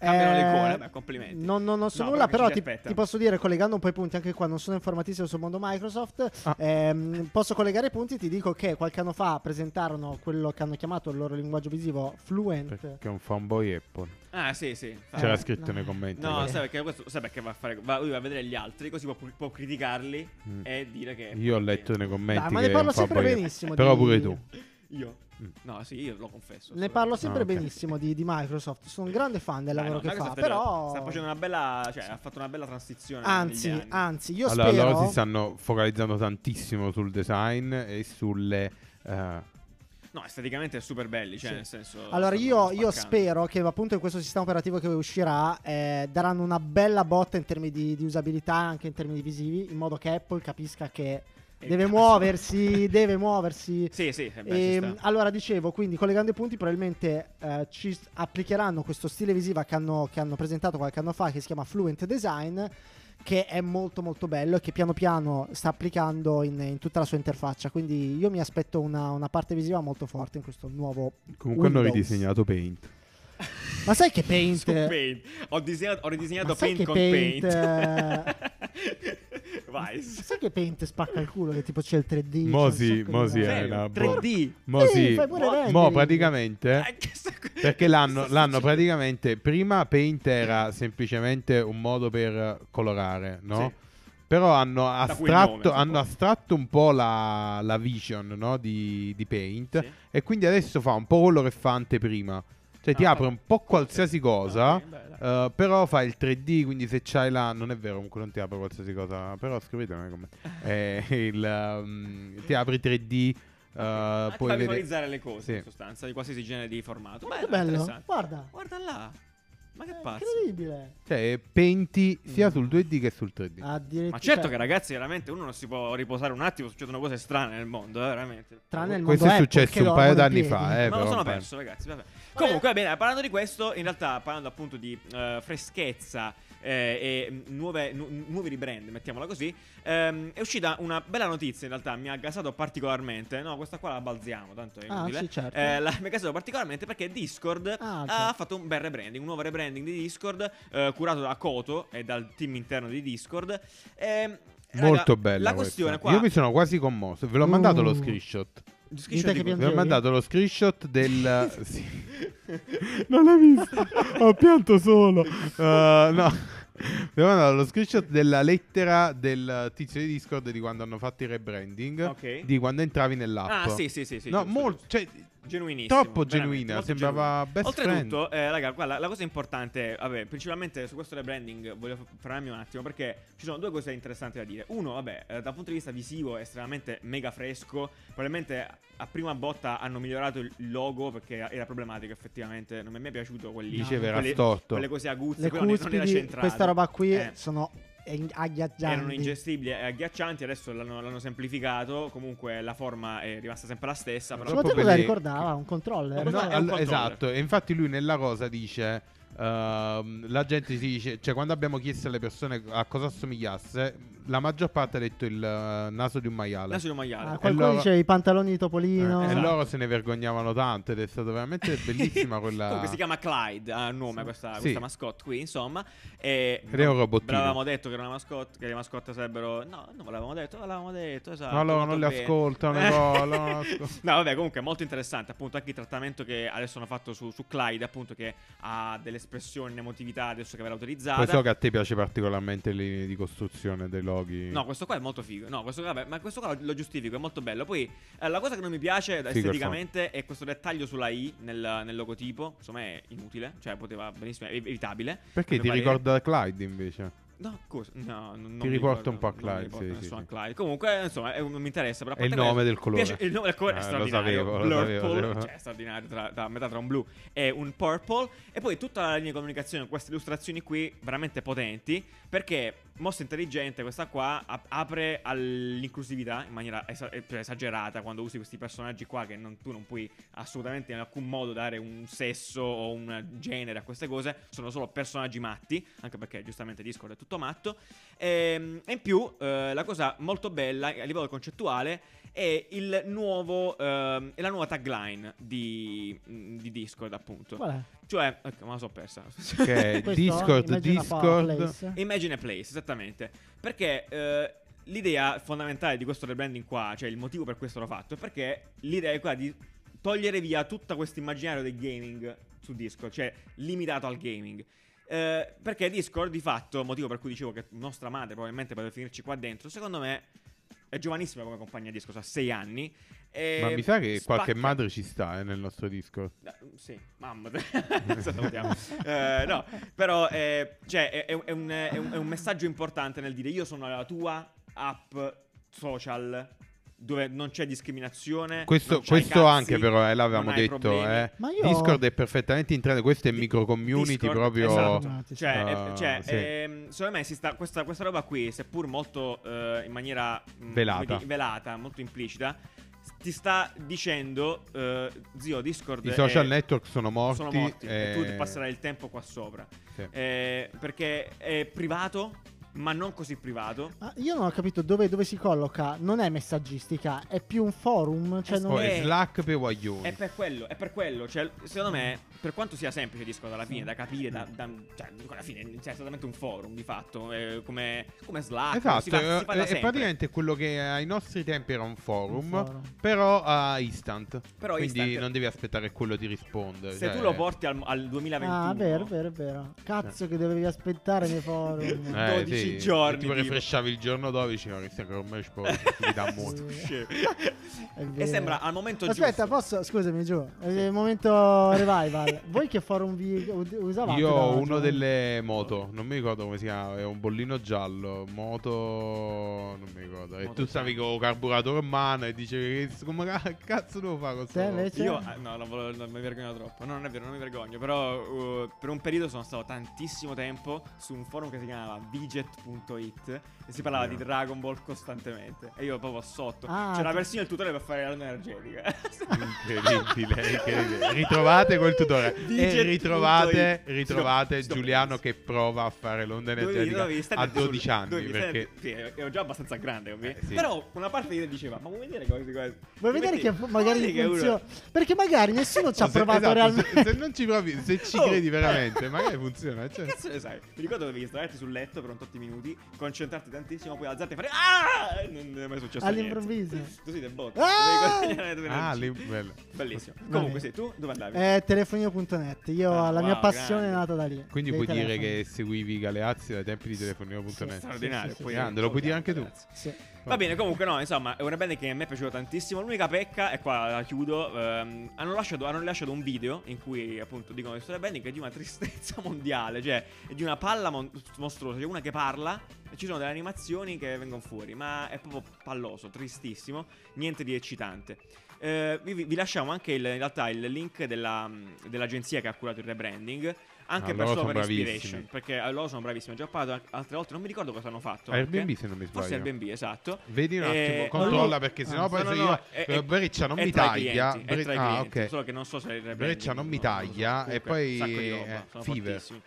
Speaker 2: Cambiano le icone,
Speaker 3: Eh,
Speaker 2: beh, complimenti.
Speaker 3: Non, non- non so
Speaker 2: No,
Speaker 3: nulla,
Speaker 2: perché
Speaker 3: però
Speaker 2: ci si
Speaker 3: ti,
Speaker 2: aspetta.
Speaker 3: ti posso dire, collegando un po' i punti, anche qua non sono informatissimo sul mondo Microsoft,
Speaker 1: Ah.
Speaker 3: ehm, posso collegare i punti, ti dico che qualche anno fa presentarono quello che hanno chiamato il loro linguaggio visivo Fluent.
Speaker 1: Perché è un fanboy Apple.
Speaker 2: Ah, sì, sì. fa-
Speaker 1: C'era
Speaker 3: Eh,
Speaker 1: scritto
Speaker 3: no.
Speaker 1: nei commenti.
Speaker 2: No,
Speaker 1: ragazzi.
Speaker 2: sai perché, questo, sai perché va a fare. Va, lui va a vedere gli altri, così può, può criticarli
Speaker 1: Mm.
Speaker 2: e dire che.
Speaker 1: Io ho letto nei commenti.
Speaker 3: eh, Dai, ma
Speaker 1: che
Speaker 3: ne
Speaker 1: è
Speaker 3: parlo
Speaker 1: un
Speaker 3: sempre
Speaker 1: fanboy Apple.
Speaker 3: benissimo
Speaker 1: Però
Speaker 3: di-
Speaker 1: pure tu.
Speaker 2: Io?
Speaker 1: Mm.
Speaker 2: No, sì, io lo confesso.
Speaker 3: Ne parlo sempre
Speaker 1: Ah, ok.
Speaker 3: benissimo di, di Microsoft, sono un grande fan del
Speaker 2: Dai,
Speaker 3: lavoro
Speaker 2: no,
Speaker 3: che
Speaker 2: Microsoft
Speaker 3: fa,
Speaker 2: è-
Speaker 3: però...
Speaker 2: Sta facendo una bella. Cioè, ha fatto una bella transizione. negli
Speaker 3: Anzi, ah.
Speaker 2: anni.
Speaker 3: anzi, io
Speaker 1: allora,
Speaker 3: spero...
Speaker 1: loro si stanno focalizzando tantissimo sul design e sulle. eh,
Speaker 2: No, esteticamente è super belli. Cioè,
Speaker 3: Sì.
Speaker 2: nel senso.
Speaker 3: Allora
Speaker 2: stanno
Speaker 3: io,
Speaker 2: spaccando.
Speaker 3: io spero che appunto in questo sistema operativo che uscirà eh, daranno una bella botta in termini di, di usabilità anche in termini visivi in modo che Apple capisca che
Speaker 2: E
Speaker 3: deve
Speaker 2: cazzo.
Speaker 3: muoversi, deve muoversi.
Speaker 2: Sì, sì, eh, beh, ci
Speaker 3: Ehm,
Speaker 2: sta.
Speaker 3: allora dicevo, quindi collegando i punti probabilmente eh, ci s- applicheranno questo stile visiva che hanno, che hanno presentato qualche anno fa che si chiama Fluent Design che è molto molto bello e che piano piano sta applicando in, in tutta la sua interfaccia quindi io mi aspetto una, una parte visiva molto forte in questo nuovo
Speaker 1: Comunque hanno
Speaker 3: Windows.
Speaker 1: ridisegnato Paint.
Speaker 3: ma sai che Paint?
Speaker 2: Su Paint. Ho, disegnato, ho ridisegnato
Speaker 3: Ma sai
Speaker 2: Paint
Speaker 3: che eh?
Speaker 2: con Paint.
Speaker 3: Paint,
Speaker 2: Vai.
Speaker 3: Sai che Paint spacca il culo che tipo c'è il 3D?
Speaker 1: Mosi-
Speaker 3: c'è un sacco di
Speaker 1: Mosi
Speaker 3: roba.
Speaker 1: è
Speaker 2: Serio?
Speaker 1: una bo-
Speaker 2: 3D.
Speaker 1: Mo'
Speaker 3: Sì,
Speaker 1: sì.
Speaker 3: fai pure
Speaker 2: Mo-
Speaker 3: rendering.
Speaker 1: Mo' praticamente.
Speaker 2: Eh, che sta-
Speaker 1: Perché l'hanno, l'hanno
Speaker 2: sta succedendo?
Speaker 1: praticamente. Prima Paint era semplicemente un modo per colorare, no? Però hanno
Speaker 2: Da cui il
Speaker 1: astratto,
Speaker 2: nome,
Speaker 1: hanno
Speaker 2: suppongo.
Speaker 1: astratto un po' la, la vision no? di, di Paint.
Speaker 2: Sì.
Speaker 1: E quindi adesso fa un po' quello che fa anteprima. Cioè, ti
Speaker 2: Ah,
Speaker 1: apre un po' qualsiasi cosa.
Speaker 2: ok, beh,
Speaker 1: eh, però fa il 3D, quindi se c'hai la. Non è vero, comunque non ti apre qualsiasi cosa. Però scrivetelo nei commenti. Eh, il, um, ti apri 3D. eh,
Speaker 2: Anche
Speaker 1: puoi
Speaker 2: fa
Speaker 1: vedere.
Speaker 2: visualizzare le cose
Speaker 1: Sì.
Speaker 2: in sostanza di qualsiasi genere di formato.
Speaker 3: Ma
Speaker 2: Beh,
Speaker 3: che bello, Eh,
Speaker 2: interessante.
Speaker 3: guarda,
Speaker 2: Guarda là. Ma che
Speaker 3: è
Speaker 2: pazzo.
Speaker 3: incredibile. Ah,
Speaker 1: Cioè, penti
Speaker 2: Mm.
Speaker 1: sia sul 2D che sul 3D.
Speaker 3: Addirittura-
Speaker 2: Ma certo che ragazzi, veramente uno non si può riposare un attimo, succedono cose strane nel mondo, eh, veramente.
Speaker 3: Tranne il mondo
Speaker 1: Questo è
Speaker 3: Apple,
Speaker 1: successo
Speaker 3: che
Speaker 1: un paio
Speaker 3: dormono in
Speaker 1: d'anni
Speaker 3: piedi.
Speaker 1: fa, eh,
Speaker 2: Ma
Speaker 1: però,
Speaker 2: lo sono
Speaker 1: un paio.
Speaker 2: perso, ragazzi. Vabbè. Comunque, va bene, parlando di questo, in realtà, parlando appunto di eh, freschezza eh, e mh, nuove- nu- nuovi rebrand, mettiamola così, ehm, è uscita una bella notizia. In realtà, mi ha gasato particolarmente. No, questa qua la balziamo, tanto è
Speaker 3: Ah,
Speaker 2: inutile.
Speaker 3: sì, certo.
Speaker 2: Eh, la- mi ha gasato particolarmente perché Discord
Speaker 3: Ah,
Speaker 2: ha
Speaker 3: certo.
Speaker 2: fatto un bel rebranding, un nuovo rebranding branding di Discord, eh, curato da Koto e dal team interno di Discord. Ehm, raga,
Speaker 1: Molto bella
Speaker 2: La questione
Speaker 1: questa.
Speaker 2: qua.
Speaker 1: Io mi sono quasi commosso. Ve l'ho
Speaker 3: Uh.
Speaker 1: mandato lo screenshot.
Speaker 2: Screenshot
Speaker 3: Dite che
Speaker 2: di-
Speaker 1: Vi ho
Speaker 3: Piangevi?
Speaker 1: mandato lo screenshot del... sì. Non l'hai visto? Ho pianto solo. Uh, no. Vi ho mandato lo screenshot della lettera del tizio di Discord di quando hanno fatto il rebranding.
Speaker 2: Ok.
Speaker 1: Di quando entravi nell'app.
Speaker 2: Ah, sì, sì, sì, sì,
Speaker 1: No,
Speaker 2: giusto,
Speaker 1: molto...
Speaker 2: giusto.
Speaker 1: Cioè,
Speaker 2: Genuinissimo.
Speaker 1: troppo
Speaker 2: veramente,
Speaker 1: genuina.
Speaker 2: molto
Speaker 1: Sembrava
Speaker 2: genuino.
Speaker 1: best friend.
Speaker 2: Oltretutto, eh, raga, guarda, la cosa importante, vabbè, principalmente su questo rebranding voglio f- fermarmi un attimo perché ci sono due cose interessanti da dire. Uno, vabbè, eh, dal punto di vista visivo è estremamente mega fresco, probabilmente a prima botta hanno migliorato il logo perché era problematico effettivamente, non mi è mai piaciuto quelli...
Speaker 1: Diceva era
Speaker 2: quelle-
Speaker 1: storto. Eh,
Speaker 2: Quelle cose aguzze,
Speaker 3: Le
Speaker 2: però non non era
Speaker 3: cuspidi,
Speaker 2: centrale.
Speaker 3: questa roba qui
Speaker 2: Eh.
Speaker 3: sono eh, agghiaccianti.
Speaker 2: Erano ingestibili e agghiaccianti, adesso l'hanno, l'hanno semplificato. Comunque la forma è rimasta sempre la stessa. Però
Speaker 3: Ma tu
Speaker 1: Troppo
Speaker 3: cosa
Speaker 1: belli.
Speaker 3: ricordava? Un controller?
Speaker 1: No,
Speaker 2: Ma questo Eh, è un
Speaker 1: all-
Speaker 2: controller.
Speaker 1: esatto, e infatti lui nella cosa dice ehm, la gente si dice, cioè quando abbiamo chiesto alle persone a cosa assomigliasse, la maggior parte ha detto il eh, naso di un maiale.
Speaker 2: Naso di un maiale.
Speaker 3: Ah, qualcuno
Speaker 1: loro-
Speaker 3: dice i pantaloni di
Speaker 1: Eh,
Speaker 3: Topolino.
Speaker 1: E
Speaker 2: Esatto.
Speaker 1: loro se ne vergognavano tanto ed Cioè, è stata veramente bellissima quella.
Speaker 2: Comunque si chiama Clyde, ha un nome
Speaker 3: Sì.
Speaker 2: questa,
Speaker 1: Sì.
Speaker 2: questa mascotte qui, insomma. E
Speaker 1: Ed è un robottino.
Speaker 2: L'avevamo detto che era una mascotte, che le mascotte sarebbero No, non l'avevamo detto, l'avevamo detto, esatto.
Speaker 1: No, loro
Speaker 2: molto
Speaker 1: non le
Speaker 2: bene.
Speaker 1: ascoltano,
Speaker 2: Eh.
Speaker 1: no, loro non ascol-
Speaker 2: No, vabbè, comunque è molto interessante, appunto, anche il trattamento che adesso hanno fatto su, su Clyde, appunto che ha delle espressioni, emotività adesso che verrà
Speaker 1: Poi so
Speaker 2: autorizzata.
Speaker 1: che a te piace particolarmente le linee di costruzione dei loghi.
Speaker 2: No, questo qua è molto figo. No, questo qua, vabbè, ma questo qua lo, lo giustifico, è molto bello. Poi eh, la cosa che non mi piace esteticamente è questo dettaglio sulla I nel, nel logotipo. Insomma, è inutile. Cioè, poteva benissimo, è ev- evitabile.
Speaker 1: Perché
Speaker 2: a
Speaker 1: ti
Speaker 2: mio parere.
Speaker 1: ricorda Clyde invece?
Speaker 2: No, cosa? No, non
Speaker 1: Ti
Speaker 2: mi
Speaker 1: riporta
Speaker 2: ricordo,
Speaker 1: un po' a
Speaker 2: non mi
Speaker 1: Clyde,
Speaker 2: riporta
Speaker 1: sì, sì,
Speaker 2: nessuno
Speaker 1: sì.
Speaker 2: a Clyde. Comunque, insomma, è un- non mi interessa. Però a
Speaker 1: È il
Speaker 2: parte
Speaker 1: nome
Speaker 2: quello-
Speaker 1: del colore.
Speaker 2: Piace- il nome del colore
Speaker 1: Eh,
Speaker 2: è
Speaker 1: lo
Speaker 2: straordinario.
Speaker 1: sapevo, lo
Speaker 2: Blurple,
Speaker 1: sapevo, sapevo.
Speaker 2: cioè, è straordinario. Tra, tra- metà tra un blu e un purple. E poi tutta la linea di comunicazione, queste illustrazioni qui, veramente potenti. Perché mossa intelligente, questa qua ap- apre all'inclusività in maniera esa- eh, cioè, esagerata quando usi questi personaggi qua che non- tu non puoi assolutamente in alcun modo dare un sesso o un genere a queste cose, sono solo personaggi matti, anche perché giustamente Discord è tutto matto. Ehm, E, in più eh, la cosa molto bella a livello concettuale è il nuovo ehm, è la nuova tagline di, di Discord, appunto.
Speaker 3: Qual è?
Speaker 2: Cioè, ecco, me la sono persa.
Speaker 1: Che è
Speaker 3: Questo?
Speaker 1: Eh, Discord,
Speaker 3: Imagine a Power
Speaker 1: Discord.
Speaker 3: Place.
Speaker 2: Imagine a Place, esattamente. Perché eh, l'idea fondamentale di questo rebranding qua, cioè il motivo per cui è stato fatto, è perché l'idea è quella di togliere via tutto questo immaginario del gaming su Discord, cioè limitato al gaming. Eh, perché Discord, di fatto, motivo per cui dicevo che nostra madre probabilmente poteva finirci qua dentro, secondo me è giovanissima come compagnia Discord, ha 6 anni. e
Speaker 1: Ma mi sa che qualche
Speaker 2: Eh, spacca-
Speaker 1: madre ci sta eh, nel nostro Discord.
Speaker 2: da- mm, Sì, mamma. Salutiamo. Eh, no, però eh, cioè, è, è un, è un- è un messaggio importante nel dire io sono la tua app social dove non c'è discriminazione.
Speaker 1: Questo,
Speaker 2: non c'hai
Speaker 1: questo
Speaker 2: cazzi,
Speaker 1: anche però eh, l'avevamo
Speaker 2: non hai
Speaker 1: detto
Speaker 2: problemi.
Speaker 1: eh.
Speaker 3: Ma io-
Speaker 1: Discord è perfettamente in trend Questo è
Speaker 2: Di-
Speaker 1: micro community
Speaker 2: Discord,
Speaker 1: proprio
Speaker 2: esatto. Cioè,
Speaker 1: Ah,
Speaker 2: eh, cioè,
Speaker 1: sì.
Speaker 2: ehm, secondo me si sta- questa, questa roba qui, seppur molto eh, in maniera mh, come
Speaker 1: Velata.
Speaker 2: dire, velata, molto implicita, s- ti sta dicendo, eh, zio, Discord
Speaker 1: I
Speaker 2: è-
Speaker 1: social network sono morti,
Speaker 2: Eh, sono morti e...
Speaker 1: eh,
Speaker 2: tu passerai il tempo qua sopra.
Speaker 1: sì.
Speaker 2: Eh, perché è privato, ma non così privato.
Speaker 3: Ah, io non ho capito dove, dove si colloca. Non è messaggistica, è più un forum. Cioè non
Speaker 1: Oh,
Speaker 2: Eh,
Speaker 1: è Slack per
Speaker 2: È
Speaker 1: guaglioni.
Speaker 2: per quello, è per quello. Cioè, secondo me, per quanto sia semplice Discord alla fine da capire, da, da- cioè, dico, alla fine cioè, è solamente un forum di fatto, eh, come, Ah, come Slack. si
Speaker 1: Esatto, è,
Speaker 2: fa, si fa da
Speaker 1: è
Speaker 2: sempre.
Speaker 1: praticamente quello che ai nostri tempi era un forum,
Speaker 3: Un forum.
Speaker 1: però a instant.
Speaker 2: Però
Speaker 1: Quindi
Speaker 2: instant.
Speaker 1: non devi aspettare che quello ti risponde.
Speaker 2: Se
Speaker 1: cioè-
Speaker 2: tu lo porti al, al 2021,
Speaker 3: Ah, è vero, è vero, è vero.
Speaker 2: Eh.
Speaker 3: Cazzo che dovevi aspettare nei forum.
Speaker 1: Eh,
Speaker 2: 12 giorni,
Speaker 1: Tipo
Speaker 2: tipo.
Speaker 1: refresciavi il giorno 12, ma che stai con me ti dà molto.
Speaker 2: Scemo.
Speaker 3: È vero.
Speaker 2: e sembra al momento
Speaker 3: Aspetta,
Speaker 2: giusto.
Speaker 3: posso? Scusami, giù. È Il momento revival. Voi che forum vi u- usavate?
Speaker 1: Io
Speaker 3: da
Speaker 1: ho uno
Speaker 3: giovani?
Speaker 1: delle moto, non mi ricordo come si chiama, è un bollino giallo, moto, non mi ricordo. E
Speaker 2: Moto
Speaker 1: tu stavi con il carburatore in mano e dicevi che come ca- cazzo devo fare con sta
Speaker 3: Te
Speaker 1: roba?"
Speaker 3: invece?
Speaker 2: Io, ah, no, non, volevo- non mi vergogno troppo. No, non è vero, non mi vergogno. Però, uh, per un periodo sono stato tantissimo tempo su un forum che si chiamava Viget It.it e si parlava di Dragon Ball costantemente. E io proprio sotto.
Speaker 3: Ah,
Speaker 2: C'era
Speaker 3: ti-
Speaker 2: persino il tutore per fare la luna energetica.
Speaker 1: Incredibile, incredibile. Ritrovate quel tutore
Speaker 2: Dice
Speaker 1: e ritrovate,
Speaker 2: tutto il-
Speaker 1: ritrovate
Speaker 2: Sto- sto
Speaker 1: Giuliano
Speaker 2: pensando.
Speaker 1: che prova a fare l'onda
Speaker 2: Dovevi-
Speaker 1: energetica
Speaker 2: dovevi stare
Speaker 1: a
Speaker 2: attento sul-
Speaker 1: 12 anni.
Speaker 2: dovevi stare
Speaker 1: perché
Speaker 2: attento- sì, ero già abbastanza grande, ovviamente.
Speaker 1: Eh, sì.
Speaker 2: Però una parte di te diceva, ma vuoi vedere cose queste?
Speaker 3: Vuoi
Speaker 2: Ti
Speaker 3: vedere che
Speaker 2: metti-
Speaker 3: magari
Speaker 2: guardi che uno-
Speaker 3: funziona? Perché magari nessuno ci
Speaker 1: No,
Speaker 3: ha
Speaker 1: se-
Speaker 3: provato
Speaker 1: esatto, se-
Speaker 3: realmente.
Speaker 1: Se, non ci provi, se ci
Speaker 2: Oh.
Speaker 1: credi veramente, magari funziona.
Speaker 2: Che
Speaker 3: Certo.
Speaker 1: cioè.
Speaker 2: cazzo ne sai? Mi ricordo dovevi sdraiarti sul letto per un tot di minuti, concentrarti tantissimo, poi alzarti e fare "Ah!" E Non è mai successo
Speaker 3: All'improvviso.
Speaker 2: niente. Così del botto.
Speaker 3: Ah!
Speaker 2: Dovevi guadagnare dove
Speaker 1: Ah,
Speaker 2: energia.
Speaker 1: lì, bello.
Speaker 2: Bellissimo.
Speaker 3: Va
Speaker 2: Comunque
Speaker 3: bene.
Speaker 2: sì, tu dove andavi?
Speaker 3: Eh, telefonino.net. Io
Speaker 2: Ah,
Speaker 3: la
Speaker 2: wow,
Speaker 3: mia passione
Speaker 2: grande.
Speaker 3: è nata da lì.
Speaker 1: Quindi
Speaker 3: dai
Speaker 1: puoi dire che
Speaker 3: telefoni.
Speaker 1: seguivi Galeazzi dai tempi di telefonino.net.
Speaker 2: Straordinario.
Speaker 3: sì, sì,
Speaker 2: poi-
Speaker 1: sì. Grande, lo puoi dire anche tu.
Speaker 2: Grazie.
Speaker 3: Sì.
Speaker 2: Va bene, comunque no, insomma, è una band che a me è piaciuta tantissimo. L'unica pecca, e qua la chiudo, ehm, hanno, lasciato, hanno rilasciato un video in cui appunto dicono che questa band che è di una tristezza mondiale, cioè è di una palla mon- mostruosa, c'è una che parla e ci sono delle animazioni che vengono fuori, ma è proprio palloso, tristissimo, niente di eccitante. Eh, vi, vi lasciamo anche il- in realtà il link della, dell'agenzia che ha curato il rebranding. Anche
Speaker 1: Ah,
Speaker 2: per
Speaker 1: loro sono
Speaker 2: Sober Inspiration,
Speaker 1: bravissimi.
Speaker 2: perché eh, loro sono bravissimi. Ho già parlato an- altre volte, non mi ricordo cosa hanno fatto. anche.
Speaker 1: Airbnb se non mi
Speaker 2: Forse
Speaker 1: sbaglio.
Speaker 2: Airbnb, esatto.
Speaker 1: Vedi un
Speaker 2: Eh,
Speaker 1: attimo, controlla
Speaker 3: no,
Speaker 1: perché
Speaker 3: no.
Speaker 1: sennò poi
Speaker 2: No,
Speaker 1: se
Speaker 2: no,
Speaker 1: io
Speaker 2: no, è-
Speaker 1: eh,
Speaker 2: è-
Speaker 1: Breccia non
Speaker 2: è
Speaker 1: mi
Speaker 2: tra i
Speaker 1: taglia,
Speaker 2: clienti, è
Speaker 1: Bre-
Speaker 2: tra i
Speaker 1: ah,
Speaker 2: clienti,
Speaker 1: ok.
Speaker 2: solo che non so se il rebranding,
Speaker 1: Breccia non mi taglia,
Speaker 2: so.
Speaker 1: e
Speaker 2: Comunque,
Speaker 1: poi,
Speaker 2: un sacco di roba,
Speaker 1: eh,
Speaker 2: sono
Speaker 1: Fever.
Speaker 2: fortissimi.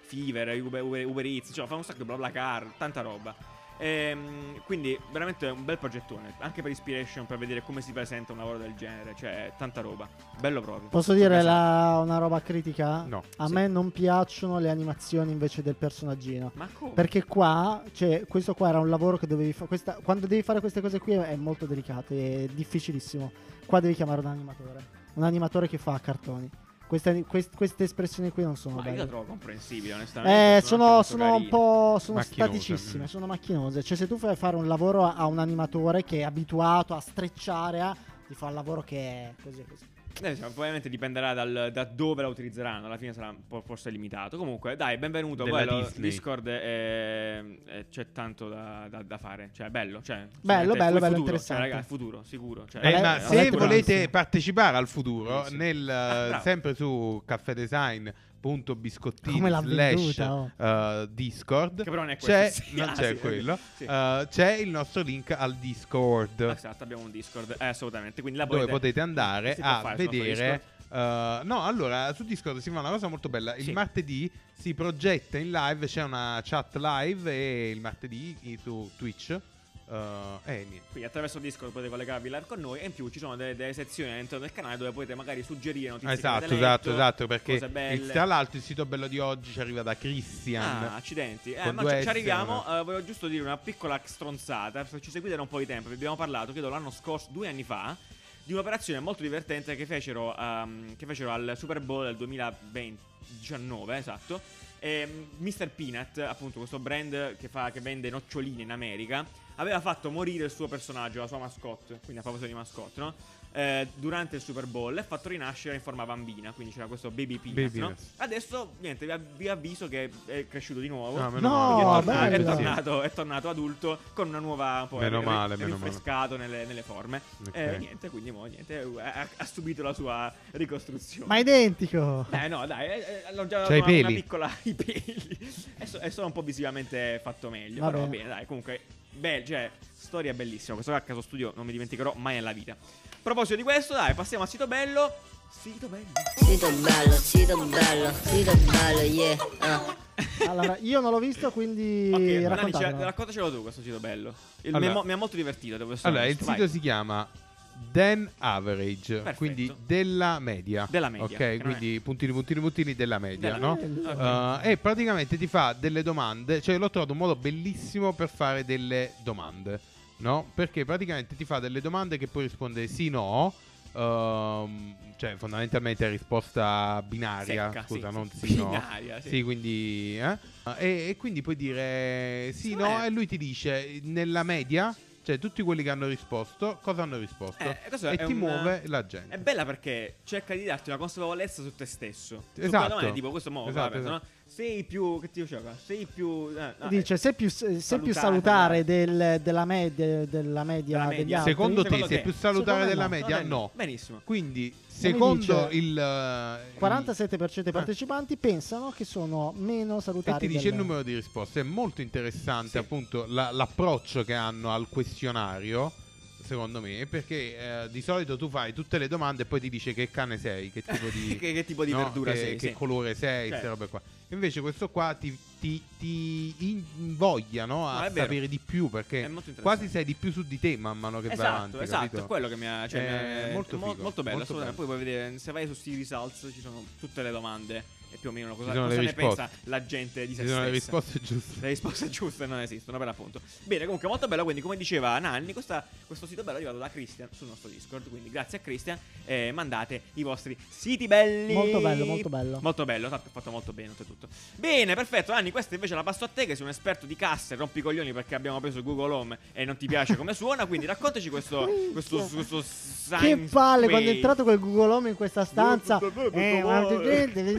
Speaker 2: Fever, Uber, Uber, Uber Eats, cioè fa un sacco di bla bla car, tanta roba. Ehm, quindi veramente un bel progettone, anche per Inspiration, per vedere come si presenta un lavoro del genere, cioè tanta roba, bello proprio.
Speaker 3: Posso dire la- una roba critica?
Speaker 1: Esatto. No.
Speaker 3: A
Speaker 2: Sì.
Speaker 3: me non piacciono le animazioni invece del personaggino.
Speaker 2: Ma come?
Speaker 3: Perché qua, cioè, questo qua era un lavoro che dovevi fare. Quando devi fare queste cose qui è molto delicato, è difficilissimo. Qua devi chiamare un animatore. Un animatore che fa cartoni. Queste, quest- queste espressioni qui non sono
Speaker 2: Ma io la
Speaker 3: belle.
Speaker 2: trovo comprensibile, onestamente.
Speaker 3: Eh, sono,
Speaker 2: anche
Speaker 3: sono
Speaker 2: molto
Speaker 3: un po' sono
Speaker 1: Macchinose.
Speaker 3: staticissime,
Speaker 1: Mm.
Speaker 3: sono macchinose. Cioè, se tu fai fare un lavoro a, a un animatore che è abituato a strecciare, a, ti fa un lavoro che è così così.
Speaker 2: Eh, diciamo, probabilmente dipenderà dal- da dove la utilizzeranno. Alla fine sarà un po' forse limitato. Comunque, dai, benvenuto.
Speaker 1: Della
Speaker 2: Poi lo-
Speaker 1: Disney.
Speaker 2: Discord è- è- c'è tanto da, da- da fare. Cioè, è bello. Cioè,
Speaker 3: Bello,
Speaker 2: veramente,
Speaker 3: bello,
Speaker 2: il
Speaker 3: bello,
Speaker 2: futuro,
Speaker 3: interessante.
Speaker 2: Cioè, raga, il futuro, sicuro. Cioè,
Speaker 1: Eh,
Speaker 3: Vabbè,
Speaker 1: ma
Speaker 3: ho
Speaker 1: se
Speaker 3: letto
Speaker 1: volete
Speaker 3: tanto.
Speaker 1: partecipare al futuro,
Speaker 2: Sì, sì.
Speaker 1: nel,
Speaker 2: Ah,
Speaker 1: eh,
Speaker 2: bravo.
Speaker 1: sempre su caffedesign.biscottini
Speaker 3: Come l'ha
Speaker 1: slash
Speaker 3: venduta, oh.
Speaker 1: eh, Discord
Speaker 2: Che però non è questo.
Speaker 1: c'è,
Speaker 2: Sì,
Speaker 1: non
Speaker 2: ah,
Speaker 1: c'è
Speaker 2: sì,
Speaker 1: quello
Speaker 2: ok, sì.
Speaker 1: eh, c'è il nostro link al Discord
Speaker 2: Esatto, abbiamo un Discord. Eh, assolutamente. Quindi la
Speaker 1: dove
Speaker 2: potete,
Speaker 1: potete andare
Speaker 2: si può
Speaker 1: a
Speaker 2: fare sul nostro
Speaker 1: vedere
Speaker 2: Discord?
Speaker 1: eh, no, allora su Discord si fa una cosa molto bella. Il
Speaker 2: Sì.
Speaker 1: martedì si progetta in live, c'è una chat live e il martedì i- su Twitch. eh, e niente.
Speaker 2: Quindi attraverso Discord potete collegarvi live con noi e in più ci sono delle, delle sezioni all'interno del canale dove potete magari suggerire notizie che
Speaker 1: Esatto,
Speaker 2: avete
Speaker 1: esatto,
Speaker 2: letto,
Speaker 1: esatto, perché
Speaker 2: cose belle.
Speaker 1: il- tra l'altro il sito bello di oggi ci arriva da Christian.
Speaker 2: Ah, accidenti. Eh,
Speaker 1: Con
Speaker 2: ma
Speaker 1: due
Speaker 2: ci,
Speaker 1: S,
Speaker 2: ci arriviamo.
Speaker 1: non
Speaker 2: eh, volevo giusto dire una piccola stronzata. Se ci seguite da un po' di tempo, vi abbiamo parlato, credo l'anno scorso, due anni fa, di un'operazione molto divertente che fecero, ehm, che fecero al Super Bowl del 2019, esatto. E Mr. Peanut, appunto questo brand che, fa, che vende noccioline in America, aveva fatto morire il suo personaggio, la sua mascotte, quindi a proposito di mascotte, no? Eh, durante il Super Bowl e ha fatto rinascere in forma bambina, quindi c'era questo Baby Peanut,
Speaker 1: Baby
Speaker 2: no?
Speaker 1: Peanut.
Speaker 2: Adesso, niente, vi, av- vi avviso che è cresciuto di nuovo.
Speaker 1: Ah, meno
Speaker 3: No,
Speaker 1: male.
Speaker 2: Quindi è, torna- è
Speaker 3: bello.
Speaker 2: tornato, è tornato adulto con una nuova un po'
Speaker 1: Meno
Speaker 2: ri-
Speaker 1: male,
Speaker 2: ri-
Speaker 1: meno male.
Speaker 2: rinfrescato nelle, nelle forme.
Speaker 1: Ok.
Speaker 2: E niente, quindi mo, niente, ha, ha subito la sua ricostruzione.
Speaker 3: Ma è identico!
Speaker 2: Dai, no, dai, eh, eh, l'ho già dato
Speaker 1: C'ha i
Speaker 2: una, una
Speaker 1: peli.
Speaker 2: piccola i peli. È, so- è solo un po' visivamente fatto meglio.
Speaker 3: Va
Speaker 2: però va
Speaker 3: bene.
Speaker 2: bene, dai, comunque, beh, cioè, storia bellissima. Questo qua a caso studio non mi dimenticherò mai nella vita. A proposito di questo, dai, passiamo al sito bello. Sito bello.
Speaker 5: Sito bello, sito bello, sito bello, yeah. ah.
Speaker 3: Allora, io non l'ho visto, quindi
Speaker 2: Ok,
Speaker 3: raccontatelo.
Speaker 2: Nani, ce- raccontacelo tu questo sito bello. Il-
Speaker 1: Allora-
Speaker 2: mi, ha mo- mi ha molto divertito, devo essere
Speaker 1: Allora, il
Speaker 2: onesto,
Speaker 1: sito
Speaker 2: vai.
Speaker 1: si chiama Dan Average,
Speaker 2: Perfetto.
Speaker 1: quindi della media.
Speaker 2: Della media, che
Speaker 1: Ok,
Speaker 2: non
Speaker 1: quindi puntini, puntini, puntini della media,
Speaker 2: Della-
Speaker 1: no?
Speaker 3: Bello.
Speaker 1: Uh, e praticamente ti fa delle domande, cioè l'ho trovato un modo bellissimo per fare delle domande, no? Perché praticamente ti fa delle domande che puoi rispondere sì, no, ehm, cioè fondamentalmente è risposta binaria,
Speaker 2: Secca,
Speaker 1: scusa,
Speaker 2: sì,
Speaker 1: non
Speaker 2: sì.
Speaker 1: sì, no.
Speaker 2: Binaria, sì.
Speaker 1: Sì, quindi... eh? E, e quindi puoi dire sì,
Speaker 2: Secondo
Speaker 1: no,
Speaker 2: me-
Speaker 1: e lui ti dice nella media, cioè tutti quelli che hanno risposto, cosa hanno risposto?
Speaker 2: Eh, questo
Speaker 1: e
Speaker 2: è
Speaker 1: ti
Speaker 2: un-
Speaker 1: muove la
Speaker 2: È
Speaker 1: gente.
Speaker 2: bella perché cerca di darti una consapevolezza su te stesso. Su
Speaker 1: Esatto.
Speaker 2: quella domanda, tipo questo mo,
Speaker 1: Esatto,
Speaker 2: vabbè,
Speaker 1: esatto.
Speaker 2: no? sei più che ti gioca? Sei più eh, no,
Speaker 3: Dice,
Speaker 2: eh,
Speaker 3: sei più, se- sei più
Speaker 2: salutare, eh.
Speaker 3: salutare del- della, media, della media
Speaker 2: Della
Speaker 3: degli
Speaker 2: media.
Speaker 3: altri?
Speaker 1: Secondo te
Speaker 2: Secondo
Speaker 1: sei
Speaker 2: te?
Speaker 1: più salutare
Speaker 3: Secondo
Speaker 1: della
Speaker 3: me
Speaker 1: media?
Speaker 2: no, dai,
Speaker 1: No.
Speaker 2: benissimo.
Speaker 1: Quindi, secondo
Speaker 3: dice?
Speaker 1: il eh,
Speaker 3: 47%
Speaker 2: Eh.
Speaker 3: dei partecipanti pensano che sono meno
Speaker 1: E
Speaker 3: salutari.
Speaker 1: ti dice il
Speaker 3: del-
Speaker 1: numero di risposte. È molto interessante
Speaker 2: Sì.
Speaker 1: appunto la- l'approccio che hanno al questionario, secondo me, perché eh, di solito tu fai tutte le domande e poi ti dice che cane sei, che tipo di,
Speaker 2: Che- che tipo di
Speaker 1: no,
Speaker 2: verdura
Speaker 1: che-
Speaker 2: sei,
Speaker 1: che
Speaker 2: sì.
Speaker 1: colore sei,
Speaker 2: Certo.
Speaker 1: queste robe qua. Invece questo qua ti, ti, ti invoglia no,
Speaker 2: No,
Speaker 1: a
Speaker 2: è vero.
Speaker 1: sapere di più
Speaker 2: È
Speaker 1: perché
Speaker 2: molto interessante.
Speaker 1: quasi sai di più su di te man mano che vai avanti.
Speaker 2: Esatto, esatto,
Speaker 1: capito?
Speaker 2: è quello che mi ha cioè,
Speaker 1: Eh,
Speaker 2: mi ha- è
Speaker 1: molto
Speaker 2: mo-
Speaker 1: figo,
Speaker 2: molto bello,
Speaker 1: molto
Speaker 2: assolutamente.
Speaker 1: bello.
Speaker 2: Poi puoi vedere se vai su Steve Results ci sono tutte le domande e più o meno cosa,
Speaker 1: Ci sono
Speaker 2: cosa
Speaker 1: le
Speaker 2: ne
Speaker 1: risposte.
Speaker 2: pensa la gente di se
Speaker 1: Ci sono le
Speaker 2: stessa.
Speaker 1: risposte giuste.
Speaker 2: Le risposte giuste non esistono, per l'appunto. Bene, comunque, molto bello. Quindi, come diceva Nanni, questa- questo sito bello è arrivato da Christian sul nostro Discord. Quindi, grazie a Christian, eh, mandate i vostri siti belli.
Speaker 3: Molto bello, molto bello.
Speaker 2: Molto bello, tanto è fatto molto bene, oltretutto. Bene, perfetto. Nanni, questa invece la passo a te, che sei un esperto di casse, rompi i coglioni perché abbiamo preso Google Home e non ti piace come suona. Quindi, raccontaci questo. questo, questo
Speaker 3: Che
Speaker 2: sound
Speaker 3: palle quando è
Speaker 2: wave.
Speaker 3: entrato quel Google Home in questa stanza. Eh, guarda,
Speaker 1: Ma in,
Speaker 2: Allora, dai,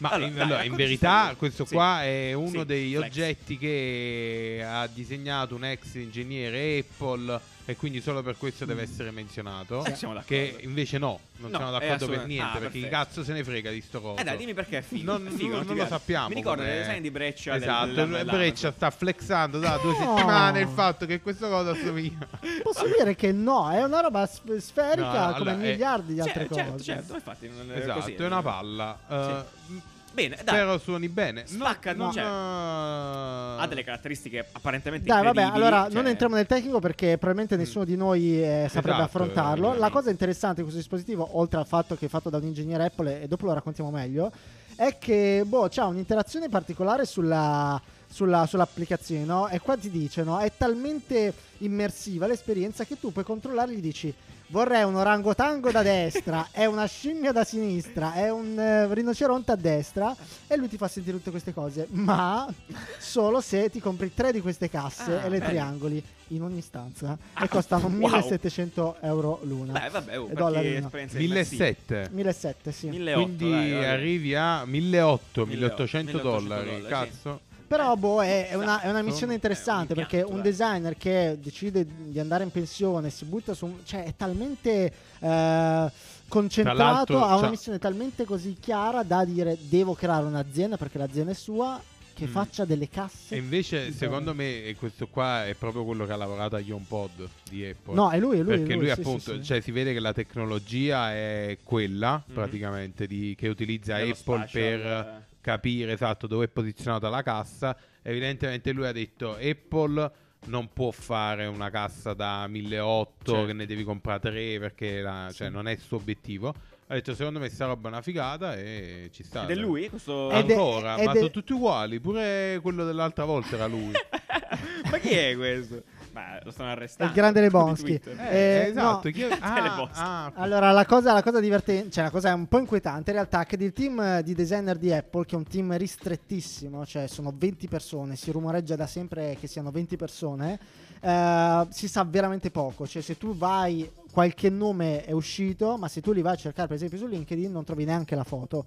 Speaker 1: allora, in
Speaker 2: raccontaci
Speaker 1: verità
Speaker 2: storie.
Speaker 1: questo
Speaker 2: Sì.
Speaker 1: qua è uno
Speaker 2: Sì,
Speaker 1: degli
Speaker 2: flex.
Speaker 1: oggetti che ha disegnato un ex ingegnere Apple e quindi solo per questo deve essere menzionato.
Speaker 2: Eh, Mm. siamo d'accordo.
Speaker 1: Che invece no, non siamo
Speaker 2: No, è
Speaker 1: d'accordo per
Speaker 2: assolutamente-
Speaker 1: niente
Speaker 2: ah,
Speaker 1: perché chi
Speaker 2: perfetto.
Speaker 1: cazzo se ne frega di sto coso.
Speaker 2: Eh dai, dimmi perché è figo.
Speaker 1: Non,
Speaker 2: è figo,
Speaker 1: non- non
Speaker 2: ti
Speaker 1: lo
Speaker 2: piace.
Speaker 1: sappiamo.
Speaker 2: Mi ricordo
Speaker 1: come-
Speaker 2: le design di Breccia. del-
Speaker 1: Esatto,
Speaker 2: della- dell'Amazon.
Speaker 1: Breccia sta flexando da due
Speaker 3: No.
Speaker 1: settimane il fatto che questo cosa assomiglia.
Speaker 3: Posso dire che no, è una roba sf-
Speaker 1: No,
Speaker 3: sferica
Speaker 1: allora, eh,
Speaker 3: come
Speaker 1: è-
Speaker 3: miliardi di
Speaker 2: Cioè,
Speaker 3: altre cose.
Speaker 2: Certo, certo, infatti. Non è
Speaker 1: Esatto,
Speaker 2: così, eh.
Speaker 1: è una palla. Eh, m-
Speaker 2: Bene, dai.
Speaker 1: spero suoni bene. No, eh,
Speaker 2: Spacca,
Speaker 1: no,
Speaker 2: cioè,
Speaker 1: no.
Speaker 2: Ha delle caratteristiche apparentemente
Speaker 3: Dai, vabbè,
Speaker 2: incredibili,
Speaker 3: allora
Speaker 2: cioè-
Speaker 3: non entriamo nel tecnico perché probabilmente nessuno di noi eh, saprebbe
Speaker 1: Esatto,
Speaker 3: affrontarlo. La
Speaker 1: ovviamente.
Speaker 3: cosa interessante di questo dispositivo, oltre al fatto che è fatto da un ingegnere Apple, e dopo lo raccontiamo meglio, è che boh, c'ha un'interazione particolare sulla, sulla- sull'applicazione, no? E qua ti dice, no? È talmente immersiva l'esperienza che tu puoi controllare e gli dici. Vorrei un orangotango da destra, è una scimmia da sinistra, è un eh, rinoceronte a destra e lui ti fa sentire tutte queste cose, ma solo se ti compri tre di queste casse
Speaker 2: Ah,
Speaker 3: e le
Speaker 2: bello. Ah,
Speaker 3: triangoli in ogni stanza e costano
Speaker 2: wow.
Speaker 3: 1700 euro l'una.
Speaker 2: Beh, vabbè, oh,
Speaker 3: E
Speaker 2: per
Speaker 3: dollari
Speaker 2: chi
Speaker 3: l'una.
Speaker 2: esperienza di Messi.
Speaker 1: 1700.
Speaker 3: 1700, sì.
Speaker 2: 1800,
Speaker 1: Quindi
Speaker 2: dai, dai.
Speaker 1: arrivi a 1800, 1800
Speaker 2: 1800
Speaker 1: dollari.
Speaker 2: dollari, sì.
Speaker 1: Cazzo.
Speaker 3: Però boh, è, è una, è una
Speaker 1: Eh, Esatto.
Speaker 3: missione interessante
Speaker 2: È Eh, un
Speaker 3: perché
Speaker 2: impianto,
Speaker 3: un
Speaker 2: dai.
Speaker 3: designer che decide di andare in pensione si butta su... un- cioè è talmente eh, concentrato,
Speaker 1: l'altro,
Speaker 3: ha una
Speaker 1: cioè-
Speaker 3: missione talmente così chiara da dire devo creare un'azienda perché l'azienda è sua che
Speaker 1: Mm.
Speaker 3: faccia delle casse.
Speaker 1: E invece,
Speaker 3: Sì,
Speaker 1: secondo me, e questo qua è proprio quello che ha lavorato agli HomePod di Apple.
Speaker 3: No, è lui, è lui. è
Speaker 1: Perché lui,
Speaker 3: sì, sì,
Speaker 1: appunto,
Speaker 3: sì.
Speaker 1: Cioè, si vede che la tecnologia è quella
Speaker 2: Mhm.
Speaker 1: praticamente di- che utilizza
Speaker 2: Dello
Speaker 1: Apple
Speaker 2: spazio,
Speaker 1: per
Speaker 2: eh.
Speaker 1: capire esatto dove è posizionata la cassa. Evidentemente lui ha detto Apple non può fare una cassa da 1800
Speaker 2: Certo.
Speaker 1: che ne devi comprare tre perché la- cioè,
Speaker 3: Sì.
Speaker 1: non è il suo obiettivo. Ha detto secondo me sta roba è una figata e ci sta.
Speaker 2: Ed è lui questo...
Speaker 3: Ed è-
Speaker 1: Ancora,
Speaker 3: ed
Speaker 1: ma
Speaker 3: è-
Speaker 1: sono tutti uguali, pure quello dell'altra volta era lui.
Speaker 2: Ma chi è questo? Ma lo stanno
Speaker 3: È
Speaker 2: arrestando.
Speaker 3: il grande
Speaker 2: su
Speaker 3: Lebowski.
Speaker 2: Twitter.
Speaker 1: Eh,
Speaker 3: Eh,
Speaker 1: esatto,
Speaker 3: no.
Speaker 1: chi è- ah,
Speaker 2: Teleboss.
Speaker 1: ah,
Speaker 3: Allora, la cosa, la cosa divertente, cioè la cosa un po' inquietante in realtà è che il team eh, di designer di Apple, che è un team ristrettissimo, cioè sono 20 persone, si rumoreggia da sempre che siano 20 persone, eh, si sa veramente poco, cioè se tu vai qualche nome è uscito, ma se tu li vai a cercare per esempio su LinkedIn non trovi neanche la foto.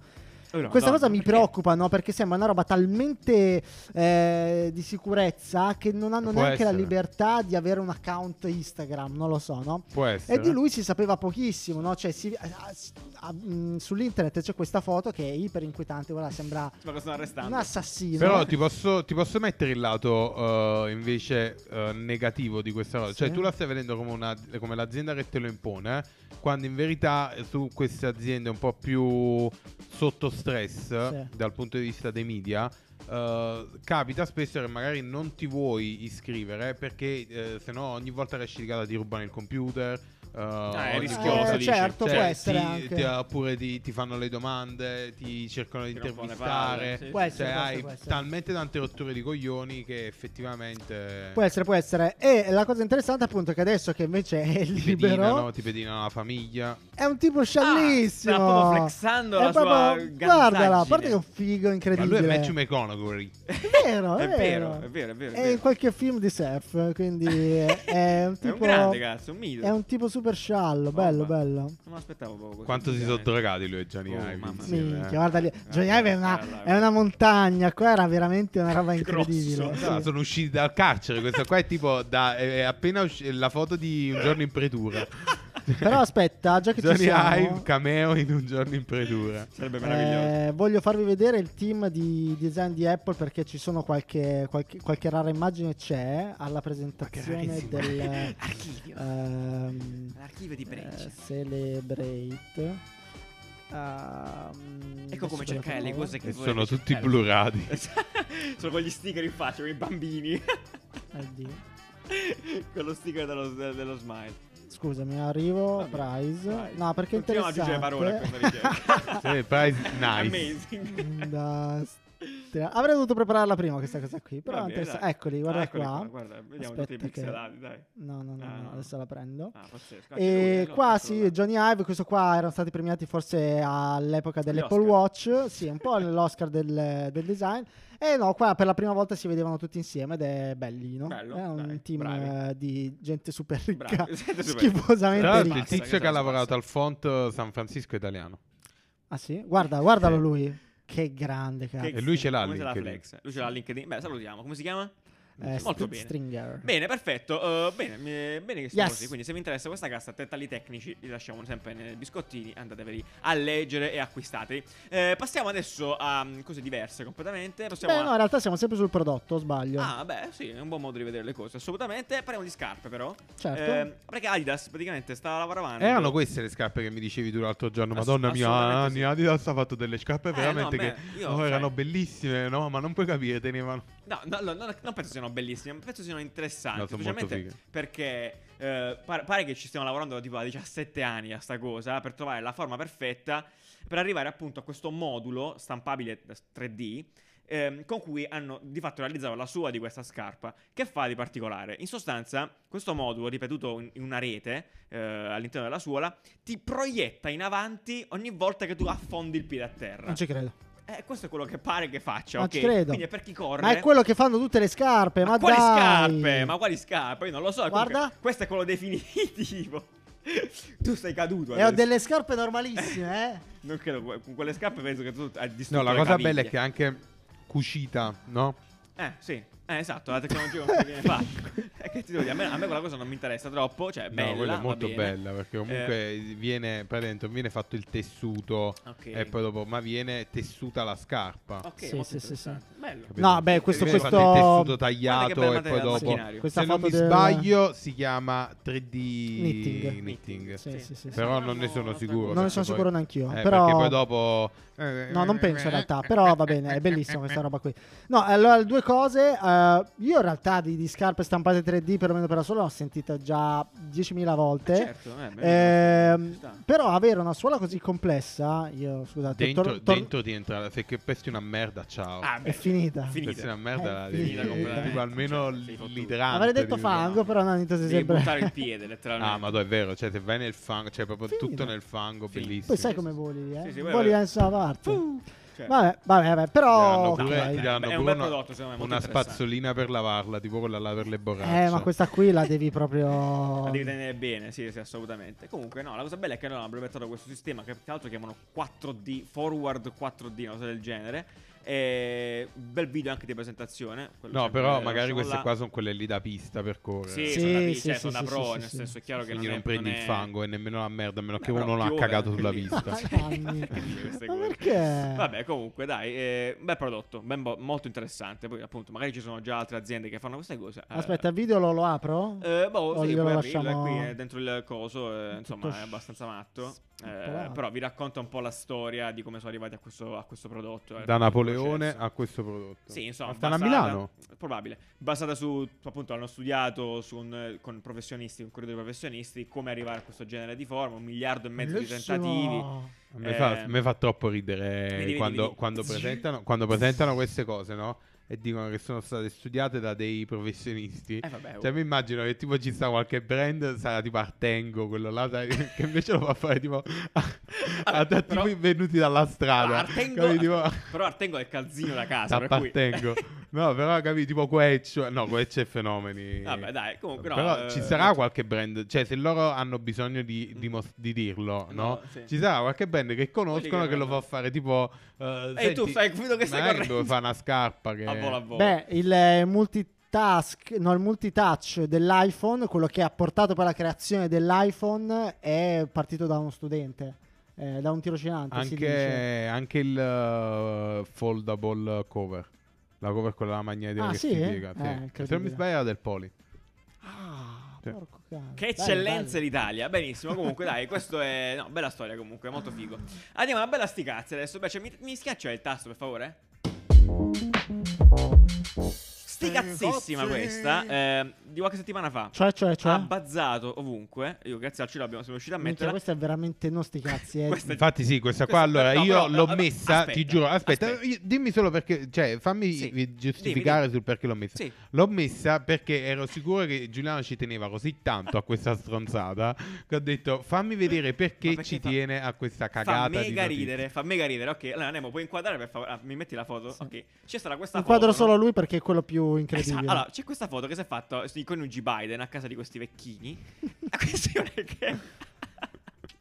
Speaker 2: Oh, no,
Speaker 3: Questa
Speaker 2: Madonna,
Speaker 3: cosa mi
Speaker 2: perché?
Speaker 3: preoccupa, no? Perché sembra una roba talmente eh, di sicurezza che non hanno
Speaker 1: Può
Speaker 3: neanche la
Speaker 1: essere.
Speaker 3: libertà di avere un account Instagram, non lo so, no?
Speaker 1: può essere.
Speaker 3: E
Speaker 2: Eh.
Speaker 3: di lui si sapeva pochissimo, no? Cioè, si- a- a- a- mh, ah, mm, sull'internet c'è questa foto che è iper inquietante, guarda, sembra
Speaker 2: Ma lo stanno
Speaker 3: un
Speaker 2: arrestando.
Speaker 3: assassino.
Speaker 1: Però ti posso, ti posso mettere il lato eh, invece eh, negativo di questa cosa. Cioè,
Speaker 3: Sì.
Speaker 1: tu la stai vedendo come, una- come l'azienda che te lo impone, eh, quando in verità eh, su queste aziende un po' più sotto stress eh,
Speaker 3: Sì.
Speaker 1: dal punto di vista dei media. eh, capita spesso che magari non ti vuoi iscrivere perché eh, sennò ogni volta che esci di casa ti rubano il computer. eh,
Speaker 2: Ah, è
Speaker 1: ogni
Speaker 2: rischioso,
Speaker 1: volta-
Speaker 2: dici.
Speaker 3: certo, può essere
Speaker 1: ti-
Speaker 3: anche.
Speaker 1: ti- oppure ti, ti fanno le domande, ti cercano di
Speaker 2: Ti rompono le
Speaker 1: intervistare.
Speaker 2: palle, sì,
Speaker 3: Può
Speaker 2: sì.
Speaker 3: essere,
Speaker 1: Cioè,
Speaker 3: può
Speaker 1: hai
Speaker 3: essere, può essere.
Speaker 1: talmente tante rotture di coglioni che effettivamente
Speaker 3: Può essere, può essere. E la cosa interessante, appunto, è che adesso che invece è
Speaker 1: ti
Speaker 3: libero,
Speaker 1: pedinano, ti pedinano la famiglia.
Speaker 3: è un tipo
Speaker 2: Ah, sta
Speaker 3: sciallissimo.
Speaker 2: proprio flexando
Speaker 3: È
Speaker 2: la sua
Speaker 3: proprio- Guardala, a parte che è un figo
Speaker 1: Ma lui
Speaker 3: incredibile.
Speaker 1: è Matthew McConaughey.
Speaker 3: È vero,
Speaker 2: È
Speaker 3: è
Speaker 2: vero, è vero, è vero, è
Speaker 3: È
Speaker 2: vero.
Speaker 3: in qualche film di surf, quindi è, è un
Speaker 2: È
Speaker 3: tipo...
Speaker 2: un grande cazzo, un mito.
Speaker 3: è un tipo super sciallo,
Speaker 2: Bomba.
Speaker 3: bello, bello.
Speaker 2: Non me l'aspettavo proprio così.
Speaker 1: Quanto si sono
Speaker 2: sinceramente.
Speaker 1: drogati lui e Gianni
Speaker 2: Oh,
Speaker 1: Ive
Speaker 2: mamma
Speaker 1: insieme,
Speaker 3: Minchia,
Speaker 1: eh.
Speaker 3: guarda lì. Johnny Ive è una,
Speaker 2: Guarda,
Speaker 3: è una montagna. Qua era veramente una roba incredibile.
Speaker 2: eh. Grosso.
Speaker 1: No,
Speaker 3: Sì.
Speaker 1: sono usciti dal carcere. Questa qua è tipo da, è è appena usci- la foto di un giorno in pretura.
Speaker 3: Però aspetta, già che ci
Speaker 1: Johnny
Speaker 3: siamo,
Speaker 1: Hive, cameo in un giorno in pretura.
Speaker 2: Sarebbe meraviglioso.
Speaker 3: eh, voglio farvi vedere il team di design di Apple perché ci sono qualche, qualche, qualche rara immagine c'è alla presentazione del
Speaker 2: Archivio.
Speaker 3: Eh, ehm,
Speaker 2: L'archivio di
Speaker 3: eh,
Speaker 2: Breccia.
Speaker 3: Celebrate. Ehm,
Speaker 2: Ecco come
Speaker 3: adesso ve lo
Speaker 2: cercare le
Speaker 3: faccio
Speaker 2: cose che
Speaker 1: E
Speaker 2: volete
Speaker 1: sono tutti
Speaker 2: cercare.
Speaker 1: blurati.
Speaker 2: sono con gli sticker in faccia, con i bambini.
Speaker 3: vedere. Addio.
Speaker 2: con lo sticker dello, dello smile.
Speaker 3: Scusami, arrivo.
Speaker 2: Vabbè,
Speaker 3: Bryce.
Speaker 2: vai.
Speaker 3: Oh, No, perché è
Speaker 2: Continuiamo ad aggiungere
Speaker 3: interessante.
Speaker 2: parole a questa ricerca.
Speaker 1: Sì, price nice.
Speaker 2: Amazing.
Speaker 3: Industria. Avrei dovuto prepararla prima questa cosa qui. Però
Speaker 2: Va
Speaker 3: è
Speaker 2: bene,
Speaker 3: interessante.
Speaker 2: dai.
Speaker 3: Eccoli, guarda
Speaker 2: Ah, eccoli
Speaker 3: qua.
Speaker 2: Guarda, vediamo
Speaker 3: Aspetta
Speaker 2: tutti i
Speaker 3: che-
Speaker 2: pixelati, dai.
Speaker 3: No, no, no,
Speaker 2: Ah,
Speaker 3: no,
Speaker 2: no.
Speaker 3: adesso la prendo.
Speaker 2: Ah, pazzesco. Anche lui,
Speaker 3: E
Speaker 2: allora,
Speaker 3: qua
Speaker 2: eccolo
Speaker 3: sì,
Speaker 2: là.
Speaker 3: Johnny Ive, questo qua erano stati premiati forse all'epoca dell'Apple
Speaker 2: Oscar.
Speaker 3: Watch, sì, un po' all'Oscar del, del design. E no, qua per la prima volta si vedevano tutti insieme ed è bellino.
Speaker 2: Bello,
Speaker 3: è un
Speaker 2: dai,
Speaker 3: team
Speaker 2: bravi.
Speaker 3: eh, di gente super ricca,
Speaker 2: Bravi, siete super-
Speaker 1: Tra
Speaker 3: schifosamente
Speaker 1: l'altro,
Speaker 2: Pazza,
Speaker 1: il
Speaker 3: ricca.
Speaker 2: che se
Speaker 1: tizio che
Speaker 2: la
Speaker 1: ha
Speaker 2: spazza.
Speaker 1: lavorato al font eh, San Francisco italiano.
Speaker 3: Ah sì? Guarda, guardalo
Speaker 2: Eh.
Speaker 1: Sì.
Speaker 3: lui. Che grande, cazzo.
Speaker 1: E lui ce l'ha
Speaker 2: Come
Speaker 1: LinkedIn.
Speaker 2: flex? Lui ce l'ha LinkedIn. Beh, salutiamo. Come si chiama?
Speaker 3: Eh,
Speaker 2: Molto
Speaker 3: St-
Speaker 2: bene.
Speaker 3: Stringer.
Speaker 2: Bene, perfetto. Eh, bene, mi- bene che siamo
Speaker 3: Yes.
Speaker 2: così. Quindi, se vi interessa questa cassa, dettagli tecnici li lasciamo sempre nei biscottini. Andateveli a leggere e acquistateli. Eh, passiamo adesso a mm, cose diverse completamente. Passiamo
Speaker 3: Beh,
Speaker 2: a-
Speaker 3: no, in realtà siamo sempre sul prodotto, o sbaglio.
Speaker 2: Ah, beh, sì, è un buon modo di vedere le cose, assolutamente. Parliamo di scarpe, però. Eh,
Speaker 3: Certo.
Speaker 2: perché Adidas praticamente sta lavorando.
Speaker 1: Erano queste le scarpe che mi dicevi tu l'altro giorno.
Speaker 2: Ass-
Speaker 1: Madonna mia,
Speaker 2: assolutamente
Speaker 1: Anni
Speaker 2: sì.
Speaker 1: Adidas ha fatto delle scarpe
Speaker 2: Eh,
Speaker 1: veramente
Speaker 2: no, a me-
Speaker 1: che
Speaker 2: io,
Speaker 1: oh,
Speaker 2: sai-
Speaker 1: erano bellissime, no? Ma non puoi capire, tenevano.
Speaker 2: No, no, no, no, non penso siano bellissime, ma penso siano interessanti.
Speaker 1: No, sono molto
Speaker 2: specialmente
Speaker 1: fighe.
Speaker 2: perché eh, par- pare che ci stiamo lavorando tipo da 17 anni a sta cosa per trovare la forma perfetta per arrivare appunto a questo modulo stampabile 3D. ehm, con cui hanno di fatto realizzato la sua di questa scarpa. Che fa di particolare? In sostanza, questo modulo ripetuto in, in una rete eh, all'interno della suola ti proietta in avanti ogni volta che tu affondi il piede a terra.
Speaker 3: Non ci credo.
Speaker 2: Eh, questo è quello che pare che faccia.
Speaker 3: Non
Speaker 2: cioè, ok?
Speaker 3: ci credo.
Speaker 2: Quindi è per chi corre.
Speaker 3: Ma è quello che fanno tutte le scarpe, ma,
Speaker 2: Ma quali
Speaker 3: dai!
Speaker 2: scarpe? Ma quali scarpe? Io non lo so.
Speaker 3: Guarda.
Speaker 2: comunque, questo è quello definitivo. tu sei caduto.
Speaker 3: E Eh, ho
Speaker 2: adesso.
Speaker 3: delle scarpe normalissime, eh.
Speaker 2: Non credo. que- Con quelle scarpe penso che tu hai distrutto.
Speaker 1: No, la
Speaker 2: le
Speaker 1: cosa
Speaker 2: caviglie.
Speaker 1: bella è che è anche cucita, no?
Speaker 2: Eh, sì. Eh, esatto. La tecnologia non viene fatta. Eh, che ti devo dire? A me, a me quella cosa non mi interessa troppo. Cioè, è bella.
Speaker 1: no, quella è
Speaker 2: va
Speaker 1: molto
Speaker 2: bene. Eh.
Speaker 1: bella perché comunque viene, praticamente non viene fatto il tessuto
Speaker 2: Ok.
Speaker 1: e poi dopo, ma viene tessuta la scarpa.
Speaker 2: Ok,
Speaker 3: Sì,
Speaker 2: molto
Speaker 3: sì, sì,
Speaker 2: interessante. Bello.
Speaker 1: Capito?
Speaker 3: No, beh, questo-
Speaker 1: Viene fatto
Speaker 3: questo-
Speaker 1: il tessuto
Speaker 2: Guarda che
Speaker 1: tagliato
Speaker 2: bel
Speaker 1: e poi
Speaker 2: materiale
Speaker 1: dopo
Speaker 2: macchinario.
Speaker 3: Questa
Speaker 1: se non
Speaker 3: foto
Speaker 1: mi
Speaker 3: del-
Speaker 1: sbaglio si chiama 3D
Speaker 3: Knitting.
Speaker 1: knitting,
Speaker 3: Sì, sì, sì, sì.
Speaker 1: Però non ne sono sicuro.
Speaker 3: Non ne
Speaker 1: perché
Speaker 3: sono
Speaker 1: poi-
Speaker 3: sicuro neanch'io,
Speaker 1: eh,
Speaker 3: però-
Speaker 1: perché poi dopo eh,
Speaker 3: No, non penso in realtà, però va bene, è bellissima questa roba qui. No, allora due cose. eh, io in realtà di, di scarpe stampate 3D, perlomeno per la sola, l'ho sentita già 10.000 volte.
Speaker 2: Certo, eh, beh,
Speaker 3: Ehm,
Speaker 2: ci sta.
Speaker 3: però avere una suola così complessa, io scusate,
Speaker 1: Dentro,
Speaker 3: tor- tor-
Speaker 1: dentro ti entra, se che pesti una merda, ciao.
Speaker 2: Ah,
Speaker 3: è
Speaker 2: beh,
Speaker 3: finita.
Speaker 2: finita.
Speaker 1: Pesti una merda,
Speaker 3: È
Speaker 1: la devi,
Speaker 3: Eh, finita completamente,
Speaker 1: tipo almeno
Speaker 2: cioè, sei fottuto.
Speaker 1: l'idrante.
Speaker 3: Avrei detto
Speaker 1: devi-
Speaker 3: fango, però non si
Speaker 2: Devi buttare
Speaker 3: sembra.
Speaker 2: il piede, letteralmente.
Speaker 1: Ah, ma tu è vero, cioè se vai nel fango, cioè proprio
Speaker 3: Finita.
Speaker 1: tutto nel fango,
Speaker 2: Finita.
Speaker 1: bellissimo.
Speaker 3: Poi sai come voli, eh?
Speaker 2: Sì, sì, poi-
Speaker 3: voli da nessuna parte.
Speaker 2: Cioè,
Speaker 3: Vabbè, vabbè, vabbè,
Speaker 1: Ti
Speaker 3: però...
Speaker 1: danno pure-
Speaker 3: ok.
Speaker 1: ti
Speaker 2: dai,
Speaker 1: danno
Speaker 2: Ah, è un
Speaker 1: pure
Speaker 2: bel prodotto, secondo me, molto
Speaker 1: una
Speaker 2: interessante.
Speaker 1: spazzolina per lavarla, tipo quella là per le borracce.
Speaker 3: Eh, ma questa qui la devi proprio...
Speaker 2: La devi tenere bene, sì, sì, assolutamente. Comunque, no, la cosa bella è che loro hanno brevettato questo sistema che tra l'altro chiamano 4D, Forward 4D, una cosa del genere. E bel video anche di presentazione. quello
Speaker 1: No,
Speaker 2: sempre
Speaker 1: però
Speaker 2: lo
Speaker 1: magari
Speaker 2: lasciamo
Speaker 1: queste
Speaker 2: Cioè, là.
Speaker 1: qua sono quelle lì da pista per correre.
Speaker 2: Sì,
Speaker 3: Sì,
Speaker 2: sono da,
Speaker 3: sì,
Speaker 2: cioè,
Speaker 3: sì,
Speaker 2: sono
Speaker 3: sì,
Speaker 2: da pro,
Speaker 3: sì,
Speaker 2: nel
Speaker 3: sì.
Speaker 2: senso è chiaro che
Speaker 1: Quindi
Speaker 2: non,
Speaker 1: non,
Speaker 2: è-
Speaker 1: prendi
Speaker 2: non
Speaker 1: il
Speaker 2: è-
Speaker 1: fango e nemmeno la merda, a meno
Speaker 2: Beh,
Speaker 1: che
Speaker 2: però
Speaker 1: uno l'ha
Speaker 2: piove, eh,
Speaker 1: cagato sulla
Speaker 2: quindi-
Speaker 1: pista.
Speaker 3: Anni.
Speaker 2: Queste
Speaker 3: Ma
Speaker 2: cose.
Speaker 3: perché?
Speaker 2: eh, Vabbè, comunque, dai, eh, bel prodotto, ben bo- molto interessante. Poi, appunto, magari ci sono già altre aziende che fanno queste cose. eh,
Speaker 3: Aspetta, il video lo, lo apro?
Speaker 2: Eh, boh,
Speaker 3: O
Speaker 2: sì,
Speaker 3: glielo
Speaker 2: poi
Speaker 3: lasciamo-
Speaker 2: aprirlo, è qui eh, dentro il coso, eh, insomma,
Speaker 3: Tutto
Speaker 2: è abbastanza matto. Eh,
Speaker 3: spappolato.
Speaker 2: però vi racconta un po' la storia di come sono arrivati a questo, a questo prodotto. eh,
Speaker 1: Da
Speaker 2: tutto il
Speaker 1: Napoleone
Speaker 2: processo.
Speaker 1: a questo prodotto.
Speaker 2: Sì, insomma,
Speaker 1: Ma stanno a
Speaker 2: basata-
Speaker 1: Milano.
Speaker 2: Probabile. Basata su, appunto, hanno studiato su un- con professionisti, un corridoio di professionisti, come arrivare a questo genere di forma, un miliardo e mezzo
Speaker 3: Bellissimo.
Speaker 2: di tentativi.
Speaker 1: A me, fa,
Speaker 2: Eh.
Speaker 1: a me fa troppo ridere
Speaker 2: Vedi, vedi,
Speaker 1: quando,
Speaker 2: vedi.
Speaker 1: quando presentano, quando presentano queste cose, no? E dicono che sono state studiate da dei professionisti.
Speaker 2: Eh, vabbè, oh.
Speaker 1: Cioè, mi immagino che tipo ci sta qualche brand, sarà tipo Artengo, quello là, sai, che invece lo fa fare tipo a, a
Speaker 2: Vabbè, però-
Speaker 1: tipo venuti dalla strada.
Speaker 2: Artengo,
Speaker 1: Capito? Tipo-
Speaker 2: però Artengo è il calzino da casa.
Speaker 1: Tappa
Speaker 2: per cui-
Speaker 1: Artengo. No, però capito, tipo Queccio. No, Queccio è fenomeni.
Speaker 2: Vabbè, dai, comunque no.
Speaker 1: Però
Speaker 2: eh,
Speaker 1: ci sarà qualche brand, cioè se loro hanno bisogno di, dimos- di dirlo, no?
Speaker 2: No, sì.
Speaker 1: Ci sarà qualche brand che conoscono
Speaker 2: Quelli
Speaker 1: che,
Speaker 2: che
Speaker 1: lo
Speaker 2: fanno-
Speaker 1: fa fare tipo... eh,
Speaker 2: Ehi, tu
Speaker 1: senti,
Speaker 2: fai- vedo che stai
Speaker 1: magari
Speaker 2: correndo.
Speaker 1: dove fa una scarpa che...
Speaker 2: A volo a volo.
Speaker 3: Beh, il eh, multitask, no, il multitouch dell'iPhone, quello che ha portato poi alla creazione dell'iPhone, è partito da uno studente, eh, da un tirocinante. si dice.
Speaker 1: Anche, anche il eh, foldable cover. La cover con la magnetica
Speaker 3: Ah,
Speaker 1: che
Speaker 3: sì?
Speaker 1: si piega.
Speaker 3: Eh,
Speaker 1: sì.
Speaker 3: incredibile.
Speaker 1: se non mi sbaglio era del poli.
Speaker 3: Ah,
Speaker 1: Sì.
Speaker 3: porco cane.
Speaker 2: Che
Speaker 3: Bello,
Speaker 2: eccellenza
Speaker 3: bello.
Speaker 2: l'Italia, benissimo. Comunque, dai, questo è. No, bella storia comunque, molto figo. Andiamo a bella sti cazzi adesso. Beh, cioè, mi, mi schiaccia il tasto, per favore. Sti cazzissima questa. eh, di qualche settimana fa.
Speaker 3: Cioè, cioè, cioè.
Speaker 2: Ha abbazzato ovunque. Io, grazie al cielo, abbiamo- siamo riusciti a
Speaker 3: Minchia,
Speaker 2: Ah, metterla.
Speaker 3: questo è veramente non sti cazzi. eh.
Speaker 2: Questa-
Speaker 1: Infatti sì, questa qua
Speaker 2: Questa-
Speaker 1: allora
Speaker 2: no,
Speaker 1: io
Speaker 2: però-
Speaker 1: l'ho
Speaker 2: però-
Speaker 1: messa,
Speaker 2: aspetta,
Speaker 1: ti giuro, aspetta,
Speaker 2: aspetta.
Speaker 1: io- dimmi solo perché, cioè fammi
Speaker 2: Sì.
Speaker 1: eh, giustificare
Speaker 2: Dimmi, dimmi.
Speaker 1: sul perché l'ho messa.
Speaker 2: Sì.
Speaker 1: L'ho messa perché ero sicuro che Giuliano ci teneva così tanto a questa stronzata che ho detto fammi vedere perché,
Speaker 2: Ma perché
Speaker 1: ci
Speaker 2: fa-
Speaker 1: tiene a questa
Speaker 2: Fa
Speaker 1: cagata di
Speaker 2: mega
Speaker 1: notizie.
Speaker 2: ridere, fa mega ridere. Ok, allora Nemo, puoi inquadrare per favore? Ah, mi metti la foto?
Speaker 3: Sì.
Speaker 2: Ok, c'è stata questa foto.
Speaker 3: Inquadro
Speaker 2: no?
Speaker 3: solo lui perché è quello più incredibile.
Speaker 2: Esatto. Allora, c'è questa foto che si è fatta sui coniugi Biden a casa di questi vecchini. La questione è che.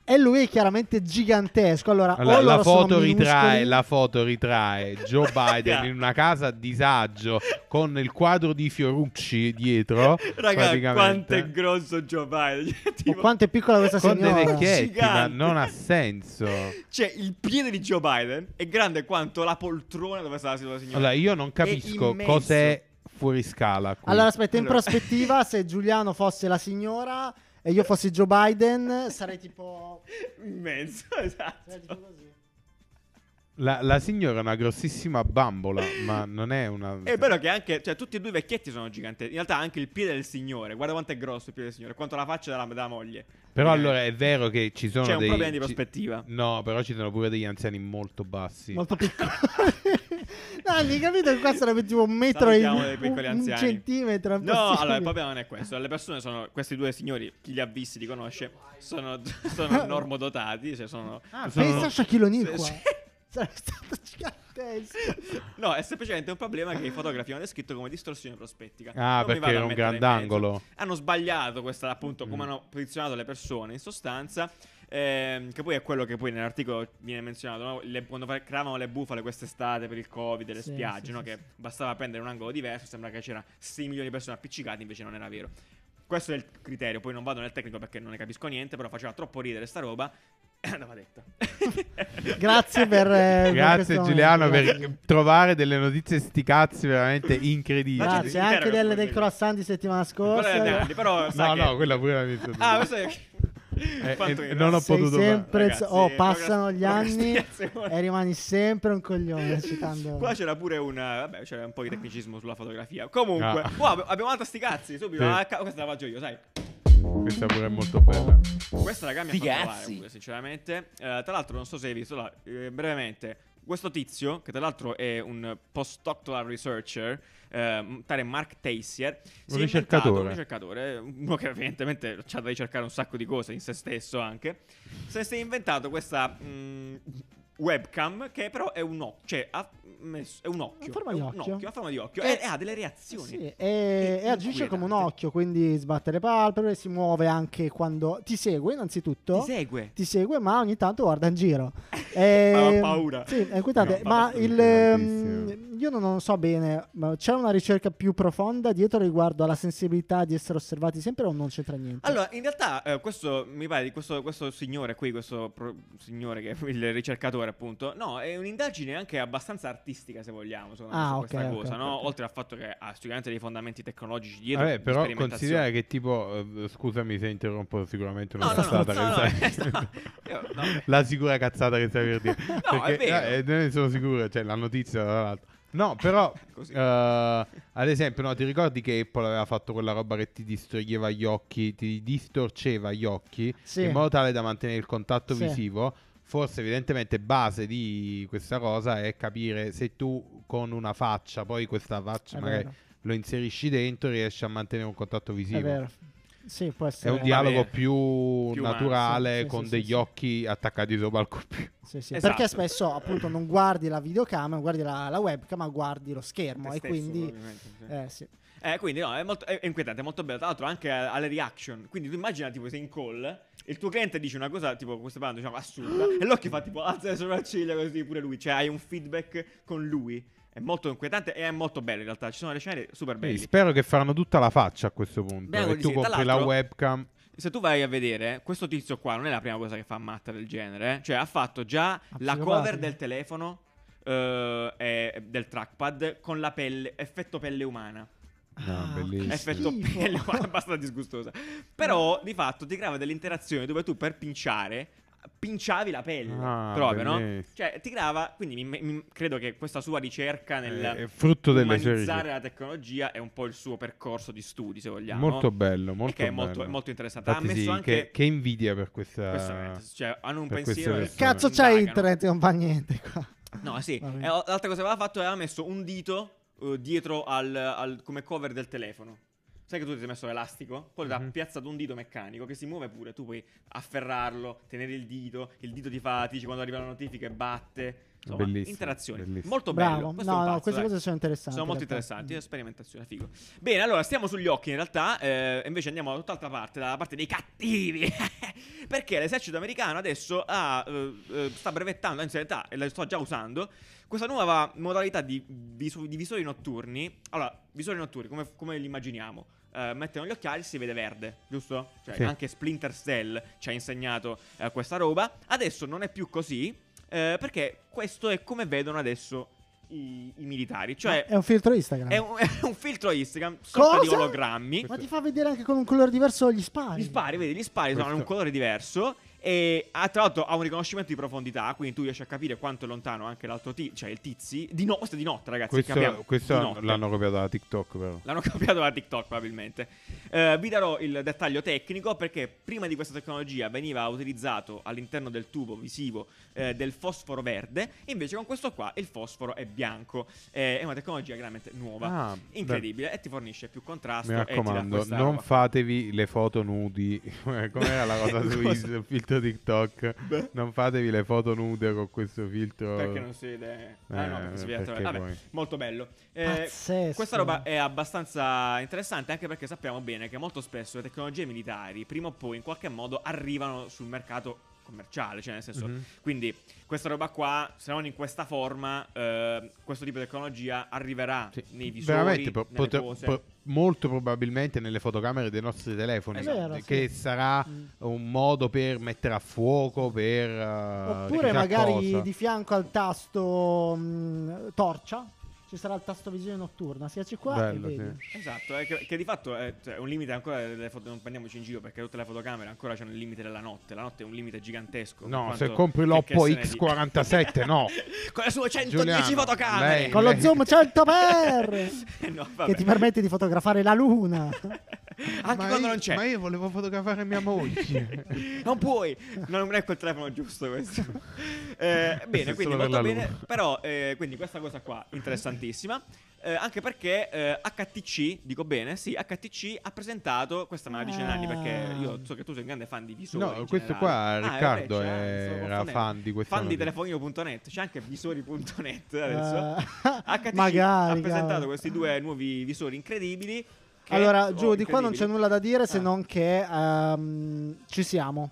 Speaker 3: E lui è chiaramente gigantesco. Allora,
Speaker 1: Allora,
Speaker 3: o
Speaker 1: la
Speaker 3: loro sono
Speaker 1: foto ritrae,
Speaker 3: minuscoli-
Speaker 1: la foto ritrae Joe Biden in una casa a disagio con il quadro di Fiorucci dietro.
Speaker 2: Raga,
Speaker 1: praticamente.
Speaker 2: quanto è grosso Joe Biden. Cioè,
Speaker 3: o
Speaker 2: tipo,
Speaker 3: quanto è piccola questa
Speaker 1: con dei
Speaker 3: signora.
Speaker 1: vecchietti, ma
Speaker 2: Gigante.
Speaker 1: non ha senso.
Speaker 2: Cioè, il piede di Joe Biden è grande quanto la poltrona dove sta la signora.
Speaker 1: Allora, io non capisco
Speaker 2: immenso.
Speaker 1: cos'è fuori scala. qui.
Speaker 3: Allora, aspetta, in
Speaker 2: Allora.
Speaker 3: prospettiva, se Giuliano fosse la signora e io fossi Joe Biden, sarei tipo.
Speaker 2: Immenso,
Speaker 3: sarei tipo
Speaker 2: esatto.
Speaker 3: così.
Speaker 1: la, la signora è una grossissima bambola, ma non è una.
Speaker 2: È bello che anche, cioè, tutti e due i vecchietti sono giganti. In realtà, anche il piede del signore. Guarda quanto è grosso il piede del signore, quanto la faccia della, della moglie.
Speaker 1: Però
Speaker 2: Praticamente.
Speaker 1: allora è vero che ci sono
Speaker 2: C'è un
Speaker 1: dei.
Speaker 2: problema di
Speaker 1: ci-
Speaker 2: prospettiva.
Speaker 1: No, però ci sono pure degli anziani molto bassi.
Speaker 3: Molto piccolo. no, hai capito che qua sarebbe tipo un metro e
Speaker 2: Salutiamo diciamo dei piccoli
Speaker 3: un,
Speaker 2: anziani.
Speaker 3: centimetro. è
Speaker 2: No,
Speaker 3: impossibile.
Speaker 2: allora il problema non è questo. Le persone sono, questi due signori, chi li ha visti, li conosce, sono, sono normodotati. Cioè sono,
Speaker 1: Ah, sono-
Speaker 3: Pensa a Shaquille O'Neal
Speaker 2: Sì,
Speaker 3: qua.
Speaker 2: sì.
Speaker 3: Sarebbe stato gigantesco.
Speaker 2: No, è semplicemente un problema che i fotografi hanno descritto come distorsione prospettica.
Speaker 1: Ah,
Speaker 2: Non mi
Speaker 1: perché
Speaker 2: vado a
Speaker 1: era un
Speaker 2: mettere in
Speaker 1: grandangolo.
Speaker 2: mezzo. Hanno sbagliato questa, appunto, come
Speaker 1: Mm.
Speaker 2: hanno posizionato le persone in sostanza. ehm, che poi è quello che poi nell'articolo viene menzionato no? Le- quando fa- creavano le bufale quest'estate per il covid e le
Speaker 3: Sì,
Speaker 2: spiagge
Speaker 3: sì,
Speaker 2: no?
Speaker 3: sì,
Speaker 2: che
Speaker 3: sì.
Speaker 2: bastava prendere un angolo diverso sembra che c'era 6 milioni di persone appiccicate invece non era vero questo è il criterio poi non vado nel tecnico perché non ne capisco niente però faceva troppo ridere sta roba e andava detta
Speaker 3: Grazie per, eh, per questo
Speaker 1: Grazie
Speaker 3: momento.
Speaker 1: Giuliano per
Speaker 3: Grazie.
Speaker 1: trovare delle notizie sti cazzi veramente incredibili.
Speaker 2: La gente si
Speaker 3: Grazie anche
Speaker 2: interroga
Speaker 3: del,
Speaker 2: su
Speaker 3: del
Speaker 2: questo.
Speaker 3: croissant di settimana
Speaker 2: Quella era
Speaker 3: scorsa.
Speaker 2: grande, però
Speaker 1: Ah, No,
Speaker 2: sai che-
Speaker 1: no, quella pure la mia.
Speaker 2: Ah, questo è. Quanto
Speaker 1: eh,
Speaker 2: mi
Speaker 1: non ho
Speaker 2: piace.
Speaker 3: Sei
Speaker 1: potuto
Speaker 3: sempre
Speaker 2: fare.
Speaker 3: oh,
Speaker 2: Ragazzi,
Speaker 3: passano gli anni
Speaker 2: procrastinazione.
Speaker 3: e rimani sempre un coglione citando.
Speaker 2: Qua c'era pure un. Vabbè, c'era un po' di tecnicismo sulla fotografia. Comunque,
Speaker 1: Ah.
Speaker 2: wow, abbiamo altri sti cazzi. Subito.
Speaker 1: Sì.
Speaker 2: Ah, ca- questa la faccio io, sai.
Speaker 1: Questa pure è molto bella.
Speaker 2: Questa raga mi ha
Speaker 6: Sti
Speaker 2: fatto
Speaker 6: cazzi.
Speaker 2: male, pure, sinceramente. Eh, tra l'altro, non so se hai visto, là, eh, brevemente. Questo tizio, che tra l'altro è un postdoctoral researcher, eh, tale Mark Teissier, si
Speaker 1: Un
Speaker 2: è
Speaker 1: ricercatore.
Speaker 2: inventato- un ricercatore, eh, uno che evidentemente c'ha da ricercare un sacco di cose in se stesso anche, se si è inventato questa mh, webcam che però è un occhio, cioè ha messo- è un occhio,
Speaker 3: A forma
Speaker 2: è
Speaker 3: di
Speaker 2: un
Speaker 3: occhio.
Speaker 2: a forma di occhio
Speaker 3: Eh,
Speaker 2: e, e ha delle reazioni.
Speaker 3: Sì, e, e agisce
Speaker 2: inquietante.
Speaker 3: come un occhio, quindi sbatte le palpebre, si muove anche quando ti segue innanzitutto.
Speaker 2: Ti segue.
Speaker 3: ti segue, ma ogni tanto guarda in giro.
Speaker 2: Ma
Speaker 3: Eh,
Speaker 2: ha paura.
Speaker 3: Sì, è inquietante.
Speaker 1: No,
Speaker 3: ma
Speaker 1: fa
Speaker 3: il,
Speaker 1: tantissimo.
Speaker 3: ehm, io non, non so bene, ma c'è una ricerca più profonda dietro riguardo alla sensibilità di essere osservati sempre o non c'entra niente?
Speaker 2: Allora, in realtà, eh, questo mi pare di questo, questo signore qui, questo pro- signore che è il ricercatore, appunto. No, è un'indagine anche abbastanza artistica, se vogliamo, secondo me,
Speaker 3: Ah,
Speaker 2: su
Speaker 3: ok,
Speaker 2: questa
Speaker 3: ok,
Speaker 2: cosa,
Speaker 3: ok,
Speaker 2: no?
Speaker 3: ok.
Speaker 2: Oltre al fatto che ha sicuramente dei fondamenti tecnologici dietro.
Speaker 1: Vabbè,
Speaker 2: di
Speaker 1: però
Speaker 2: sperimentazione.
Speaker 1: considera che tipo eh, scusami se interrompo sicuramente una
Speaker 2: No, no, no,
Speaker 1: cazzata
Speaker 2: no, no,
Speaker 1: che stai
Speaker 2: no, io- no, beh.
Speaker 1: La sicura cazzata che stai per dire.
Speaker 2: No, è
Speaker 1: Perché, eh,
Speaker 2: vero.
Speaker 1: ne sono sicuro, cioè la notizia tra l'altro. No, però
Speaker 2: Così.
Speaker 1: eh, ad esempio, no, ti ricordi che Apple aveva fatto quella roba che ti distoglieva gli occhi, ti distorceva gli occhi
Speaker 3: Sì.
Speaker 1: in modo tale da mantenere il contatto
Speaker 3: Sì.
Speaker 1: visivo? Forse evidentemente base di questa cosa è capire se tu con una faccia, poi questa faccia
Speaker 3: È
Speaker 1: magari
Speaker 3: vero,
Speaker 1: lo inserisci dentro riesci a mantenere un contatto
Speaker 3: è
Speaker 1: visivo.
Speaker 3: vero. Sì, può
Speaker 1: È
Speaker 3: essere.
Speaker 1: un dialogo
Speaker 2: bene.
Speaker 1: più,
Speaker 2: Più
Speaker 1: naturale,
Speaker 3: umano, sì,
Speaker 1: con
Speaker 3: sì,
Speaker 1: degli
Speaker 3: sì, sì.
Speaker 1: occhi attaccati sopra al copione.
Speaker 3: Sì, sì,
Speaker 2: Esatto.
Speaker 3: Perché spesso appunto non guardi la videocamera, non guardi la, la webcam, ma guardi lo schermo.
Speaker 2: Te
Speaker 3: e
Speaker 2: stesso,
Speaker 3: quindi.
Speaker 2: probabilmente, sì.
Speaker 3: Eh, sì.
Speaker 2: Eh, quindi no, è, molto, è- è inquietante, è molto bello. Tra l'altro anche alle reaction. Quindi tu immagina tipo sei in call, il tuo cliente dice una cosa tipo, come stai parlando, diciamo, assurda, e l'occhio fa tipo alza le sopracciglia così pure lui. Cioè hai un feedback con lui. È molto inquietante e è molto bello in realtà. Ci sono le scene super
Speaker 1: Quindi
Speaker 2: belle.
Speaker 1: spero che faranno tutta la faccia a questo punto.
Speaker 2: Beh,
Speaker 1: e
Speaker 2: quelli
Speaker 1: tu
Speaker 2: sì,
Speaker 1: compri la
Speaker 2: dall'altro-
Speaker 1: webcam.
Speaker 2: Se tu vai a vedere, questo tizio qua non è la prima cosa che fa matta del genere. eh. Cioè, ha fatto già la
Speaker 3: psicopatico.
Speaker 2: cover del telefono eh, e del trackpad con la pelle, effetto pelle umana.
Speaker 1: No,
Speaker 3: Ah,
Speaker 1: bellissimo.
Speaker 3: che
Speaker 2: effetto
Speaker 3: schifo.
Speaker 2: pelle umana abbastanza disgustosa. Però, di fatto, ti creava delle interazioni dove tu per pinciare pinciavi la pelle.
Speaker 1: Ah,
Speaker 2: proprio, no?
Speaker 1: bellissimo.
Speaker 2: Cioè, ti creava. Quindi, mi- mi- credo che questa sua ricerca nel
Speaker 1: È frutto Eh, delle sue
Speaker 2: umanizzare
Speaker 1: ricerche.
Speaker 2: la tecnologia è un po' il suo percorso di studi, se vogliamo.
Speaker 1: Molto bello, molto
Speaker 2: E che è
Speaker 1: bello.
Speaker 2: molto, molto interessante.
Speaker 1: Infatti
Speaker 2: ha messo
Speaker 1: sì,
Speaker 2: anche.
Speaker 1: che, che invidia per questa.
Speaker 2: Questo veramente, cioè, hanno un
Speaker 1: per
Speaker 2: pensiero.
Speaker 1: questo Sì.
Speaker 2: e-
Speaker 3: Cazzo, c'è
Speaker 2: indagano.
Speaker 3: internet, non fa niente qua.
Speaker 2: No, sì.
Speaker 3: Va
Speaker 2: E
Speaker 3: bene.
Speaker 2: o- l'altra cosa che aveva fatto è aveva messo un dito eh, dietro al, al- come cover del telefono. Sai che tu ti sei messo l'elastico? Poi ti ha
Speaker 1: Mhm.
Speaker 2: piazzato un dito meccanico che si muove pure. Tu puoi afferrarlo, tenere il dito. Il dito ti fa, ti dice quando arriva la notifica e batte. Insomma,
Speaker 1: Bellissimo,
Speaker 2: interazioni.
Speaker 1: bellissimo.
Speaker 2: Molto
Speaker 3: Bravo.
Speaker 2: bello. Questo è
Speaker 3: no,
Speaker 2: un
Speaker 3: no,
Speaker 2: pazzo,
Speaker 3: queste
Speaker 2: dai.
Speaker 3: cose sono interessanti.
Speaker 2: Sono molto
Speaker 3: in realtà.
Speaker 2: interessanti, è sperimentazione, figo. Bene, allora stiamo sugli occhi in realtà, eh, invece andiamo da tutt'altra parte, dalla parte dei cattivi. Perché l'esercito americano adesso ha, eh, eh, sta brevettando, anzi in realtà la sto già usando, questa nuova modalità di, visu- di visori notturni. Allora, visori notturni, come, come li immaginiamo? Eh, mettono gli occhiali e si vede verde, giusto? Cioè,
Speaker 1: Sì.
Speaker 2: anche Splinter Cell ci ha insegnato eh, questa roba. Adesso non è più così, eh, perché questo è come vedono adesso i, i militari. Cioè,
Speaker 3: È un filtro Instagram.
Speaker 2: è un, è un filtro Instagram, sorta di
Speaker 3: Cosa?
Speaker 2: ologrammi.
Speaker 3: Ma ti fa vedere anche con un colore diverso gli spari.
Speaker 2: Gli spari, vedi, gli spari sono in un
Speaker 1: Questo-
Speaker 2: colore diverso. E ha, tra l'altro ha un riconoscimento di profondità, quindi tu riesci a capire quanto è lontano anche l'altro tizio, cioè il tizi. Di no- questo è di notte, ragazzi.
Speaker 1: Questo,
Speaker 2: capiamo,
Speaker 1: questo
Speaker 2: di
Speaker 1: hanno-
Speaker 2: notte.
Speaker 1: l'hanno copiato da TikTok, però.
Speaker 2: L'hanno copiato da TikTok probabilmente. Eh, vi darò il dettaglio tecnico perché prima di questa tecnologia veniva utilizzato all'interno del tubo visivo eh, del fosforo verde, invece con questo qua il fosforo è bianco. Eh, è una tecnologia veramente nuova.
Speaker 1: Ah,
Speaker 2: Incredibile, e ti fornisce più
Speaker 1: beh,
Speaker 2: contrasto.
Speaker 1: Mi
Speaker 2: e ti dà
Speaker 1: raccomando,
Speaker 2: questa
Speaker 1: non
Speaker 2: roba.
Speaker 1: fatevi le foto nudi. Com'era la cosa su
Speaker 2: Cosa?
Speaker 1: il filtro TikTok?
Speaker 2: Beh.
Speaker 1: Non fatevi le foto nude con questo filtro.
Speaker 2: Perché non si vede. Ah, no,
Speaker 1: Eh,
Speaker 2: perché si vede
Speaker 1: perché
Speaker 2: attraverso.
Speaker 1: poi-
Speaker 2: Vabbè, molto bello. Eh,
Speaker 3: Pazzesco.
Speaker 2: questa roba è abbastanza interessante anche perché sappiamo bene che molto spesso le tecnologie militari prima o poi in qualche modo arrivano sul mercato commerciale, cioè nel senso
Speaker 1: Mhm.
Speaker 2: quindi questa roba qua, se non in questa forma, eh, questo tipo di tecnologia arriverà
Speaker 1: Sì,
Speaker 2: nei visori,
Speaker 1: veramente po-
Speaker 2: nelle
Speaker 1: potre-
Speaker 2: cose.
Speaker 1: po- molto probabilmente nelle fotocamere dei nostri telefoni
Speaker 3: È vero,
Speaker 1: che
Speaker 3: sì.
Speaker 1: sarà
Speaker 3: Mm.
Speaker 1: un modo per mettere a fuoco per eh,
Speaker 3: Oppure
Speaker 1: chissà
Speaker 3: magari
Speaker 1: cosa.
Speaker 3: di fianco al tasto mh, torcia ci sarà il tasto visione notturna. Schiacci qua
Speaker 1: Bello,
Speaker 3: e vedi.
Speaker 1: sì.
Speaker 2: Esatto, eh, che, che di fatto è, cioè, è un limite ancora delle foto, non prendiamoci in giro perché tutte le fotocamere ancora c'hanno il limite della notte, la notte è un limite gigantesco. per
Speaker 1: No,
Speaker 2: quanto-
Speaker 1: se compri
Speaker 2: che-
Speaker 1: l'Oppo
Speaker 2: che se ne dica.
Speaker 1: X47 no.
Speaker 2: Con le sue 110
Speaker 1: Giuliano,
Speaker 2: fotocamere.
Speaker 1: lei-
Speaker 3: Con lo zoom 100x
Speaker 2: No, vabbè.
Speaker 3: che ti permette di fotografare la luna.
Speaker 2: Anche
Speaker 1: Ma
Speaker 2: quando
Speaker 1: io-
Speaker 2: non c'è.
Speaker 1: Ma io volevo fotografare mia moglie.
Speaker 2: Non puoi, No, non è quel telefono giusto questo. Eh,
Speaker 1: Questo
Speaker 2: bene,
Speaker 1: è
Speaker 2: quindi
Speaker 1: solo per
Speaker 2: molto
Speaker 1: la
Speaker 2: bene.
Speaker 1: luna.
Speaker 2: Però, eh, quindi questa cosa qua interessantissima. eh, anche perché eh, HTC, dico bene, sì, HTC ha presentato questa me la dice Nanni perché io so che tu sei un grande fan di visori.
Speaker 1: Ah. No,
Speaker 2: in
Speaker 1: questo
Speaker 2: generale.
Speaker 1: qua,
Speaker 2: Ah,
Speaker 1: Riccardo, eh,
Speaker 2: vabbè, c'è,
Speaker 1: era
Speaker 2: mi stavo confondendo.
Speaker 1: fan di questa
Speaker 2: Fan di
Speaker 1: notizia.
Speaker 2: telefonino.net, c'è anche visori.net adesso.
Speaker 1: Ah.
Speaker 3: Eh,
Speaker 2: HTC
Speaker 3: magari,
Speaker 2: ha presentato
Speaker 3: cavolo.
Speaker 2: questi due nuovi visori incredibili. che-
Speaker 3: Allora,
Speaker 2: oh,
Speaker 3: giù di qua non c'è
Speaker 2: incredibili.
Speaker 3: nulla da dire se
Speaker 2: Ah.
Speaker 3: non che ehm, ci siamo.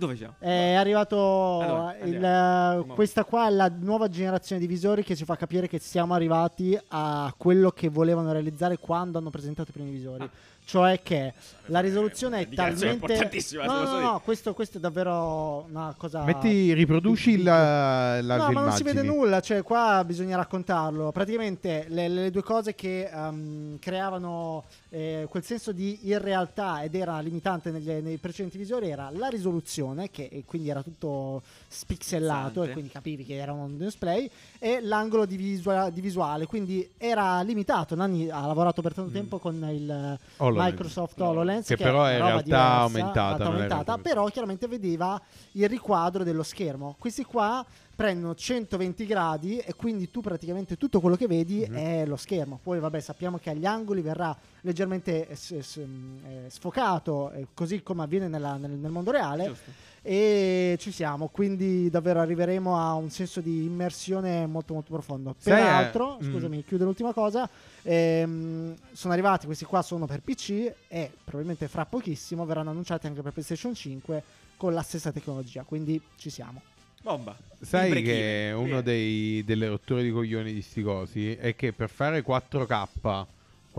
Speaker 2: Dove siamo?
Speaker 1: Eh,
Speaker 3: È arrivato
Speaker 2: Allora,
Speaker 3: il, eh,
Speaker 2: andiamo.
Speaker 3: questa qua è la nuova generazione di visori che ci fa capire che siamo arrivati a quello che volevano realizzare quando hanno presentato i primi visori.
Speaker 2: Ah.
Speaker 3: Cioè che la risoluzione
Speaker 2: una
Speaker 3: è
Speaker 2: dichiarazione
Speaker 3: talmente
Speaker 2: importantissima,
Speaker 3: No,
Speaker 2: se
Speaker 3: no,
Speaker 2: posso
Speaker 3: no,
Speaker 2: dire.
Speaker 3: no, questo, questo è davvero una cosa
Speaker 1: Metti riproduci la la
Speaker 3: Ah. No, ma non si
Speaker 1: immagini.
Speaker 3: vede nulla, cioè qua bisogna raccontarlo. Praticamente le, le due cose che ehm, creavano eh, quel senso di irrealtà ed era limitante negli- nei precedenti visori era la risoluzione, che e quindi era tutto spixellato
Speaker 2: Frizzante.
Speaker 3: e quindi capivi che era un display, e l'angolo di, visua- di visuale, quindi era limitato. Nanni ha lavorato per
Speaker 1: Mm.
Speaker 3: tanto tempo con il
Speaker 1: HoloLens.
Speaker 3: Microsoft HoloLens,
Speaker 1: Che però
Speaker 3: è
Speaker 1: è in
Speaker 3: una
Speaker 1: realtà
Speaker 3: roba diversa,
Speaker 1: aumentata, non
Speaker 3: realtà
Speaker 1: è
Speaker 3: aumentata,
Speaker 1: realtà
Speaker 3: però chiaramente vedeva il riquadro dello schermo. Questi qua prendono 120 gradi e quindi tu praticamente tutto quello che vedi
Speaker 1: Mhm.
Speaker 3: è lo schermo. Poi vabbè sappiamo che agli angoli verrà leggermente eh, s- s- mh, eh, sfocato, eh, così come avviene nella- nel, nel mondo reale.
Speaker 2: Giusto.
Speaker 3: E ci siamo, quindi davvero arriveremo a un senso di immersione molto molto profondo.
Speaker 1: Sai, eh,
Speaker 3: Peraltro,
Speaker 1: mm.
Speaker 3: scusami, chiudo l'ultima cosa, ehm, sono arrivati, questi qua sono per PC e probabilmente fra pochissimo verranno annunciati anche per PlayStation 5 con la stessa tecnologia, quindi ci siamo.
Speaker 2: Bomba. Il
Speaker 1: Sai
Speaker 2: break-in.
Speaker 1: che uno
Speaker 2: Bene.
Speaker 1: dei, delle rotture di coglioni di sti cosi è che per fare 4K,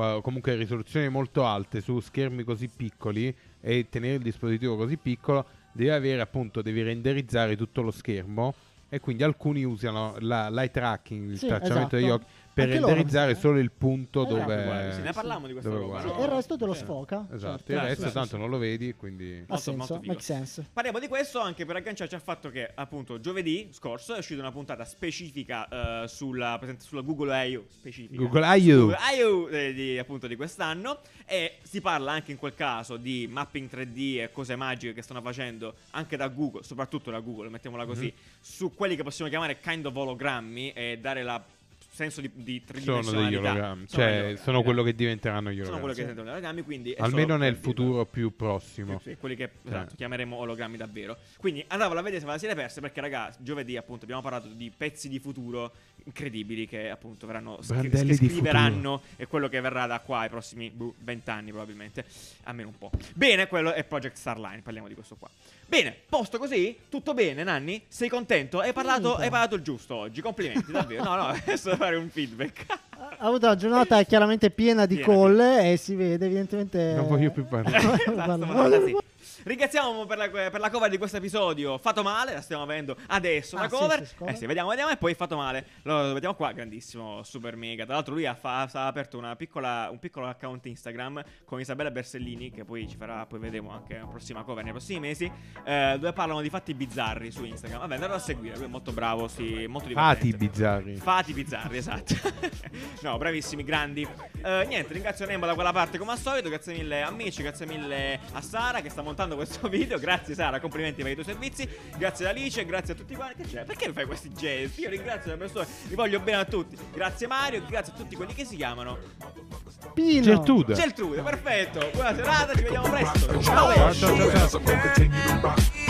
Speaker 1: qua- comunque risoluzioni molto alte su schermi così piccoli e tenere il dispositivo così piccolo, devi avere appunto, devi renderizzare tutto lo schermo e quindi alcuni usano la- l'eye tracking, il
Speaker 3: Sì,
Speaker 1: tracciamento
Speaker 3: esatto.
Speaker 1: degli occhi, per
Speaker 3: Anche loro,
Speaker 1: renderizzare
Speaker 3: eh.
Speaker 1: solo il punto
Speaker 3: Eh,
Speaker 1: dove...
Speaker 2: guarda, sì, ne parlavamo di questa
Speaker 1: dove
Speaker 2: roba,
Speaker 3: Sì,
Speaker 1: guardi.
Speaker 2: no?
Speaker 3: e il resto te lo
Speaker 2: sì.
Speaker 3: sfoca.
Speaker 1: Ah, Esatto,
Speaker 3: certo.
Speaker 1: il
Speaker 2: Grazie,
Speaker 1: resto
Speaker 2: sì,
Speaker 1: tanto
Speaker 2: sì.
Speaker 1: non lo vedi, quindi...
Speaker 3: Ha
Speaker 2: Molto, molto
Speaker 3: senso,
Speaker 2: figo.
Speaker 3: make sense.
Speaker 2: Parliamo di questo anche per agganciarci al fatto che appunto giovedì scorso è uscita una puntata specifica eh, sulla, presente sulla Google I.O. specifica.
Speaker 1: Google I.O.
Speaker 2: Google I.O. eh, di, appunto di quest'anno e si parla anche in quel caso di mapping 3D e cose magiche che stanno facendo anche da Google, soprattutto da Google, mettiamola così,
Speaker 1: Mhm.
Speaker 2: su quelli che possiamo chiamare kind of ologrammi e dare la senso di, di
Speaker 1: Sono degli
Speaker 2: tridimensionalità.
Speaker 1: ologrammi,
Speaker 2: Sono degli
Speaker 1: cioè
Speaker 2: ologrammi,
Speaker 1: sono quello che
Speaker 2: esatto.
Speaker 1: diventeranno gli
Speaker 2: sono quello che
Speaker 1: ologrammi.
Speaker 2: sentono gli ologrammi, quindi è
Speaker 1: Almeno
Speaker 2: solo
Speaker 1: nel
Speaker 2: per dirlo.
Speaker 1: futuro più prossimo.
Speaker 2: Sì, sì, quelli che
Speaker 1: Cioè.
Speaker 2: esatto, chiameremo ologrammi davvero. Quindi andatevela a vedere se ve la siete persa perché raga, giovedì appunto abbiamo parlato di pezzi di futuro incredibili che appunto verranno scri-
Speaker 1: Brandelli
Speaker 2: che
Speaker 1: di
Speaker 2: scriveranno e quello che verrà da qua ai prossimi boh, 20 anni probabilmente, almeno un po'. Bene, quello è Project Starline, parliamo di questo qua. Bene, posto così? Tutto bene, Nanni? Sei contento? Hai parlato,
Speaker 3: Finito.
Speaker 2: hai parlato il giusto oggi, complimenti davvero. No, no, adesso devo fare un feedback.
Speaker 3: Ha avuto una giornata chiaramente piena di
Speaker 2: Piena,
Speaker 3: call e si vede evidentemente...
Speaker 1: Non voglio più parlare.
Speaker 3: Non voglio
Speaker 2: Basta,
Speaker 3: parlare.
Speaker 2: Madonna, sì. Ringraziamo per la, per la cover di questo episodio. Fatto male, la stiamo avendo adesso.
Speaker 3: Ah,
Speaker 2: la
Speaker 3: sì,
Speaker 2: cover.
Speaker 3: sì, sì, cover.
Speaker 2: Eh sì, vediamo, vediamo. E poi fatto male. Lo, lo vediamo qua, grandissimo, super mega. Tra l'altro, lui ha, fa- ha aperto una piccola- un piccolo account Instagram con Isabella Bersellini, che poi ci farà, poi vedremo anche la prossima cover nei prossimi mesi. eh, dove parlano di fatti bizzarri su Instagram. Vabbè, andate a seguire. Lui è molto bravo, sì, molto divertente.
Speaker 1: Fati bizzarri.
Speaker 2: Fati bizzarri, esatto. no, bravissimi, grandi. Eh, niente, ringrazio Nembo da quella parte come al solito. Grazie mille amici, grazie mille a Sara che sta montando questo video. Grazie Sara, complimenti per i tuoi servizi. Grazie ad Alice, grazie a tutti quanti. Che c'è? Perché mi fai questi gesti? Io ringrazio le persone, vi voglio bene a tutti. Grazie Mario, grazie a tutti quelli che si chiamano.
Speaker 3: Pino.
Speaker 1: Gertrude.
Speaker 2: Geltrude, perfetto. Buona serata, ci vediamo presto.
Speaker 4: Rock
Speaker 2: Ciao!
Speaker 4: and roll, show ass, I'm gonna continue to rock.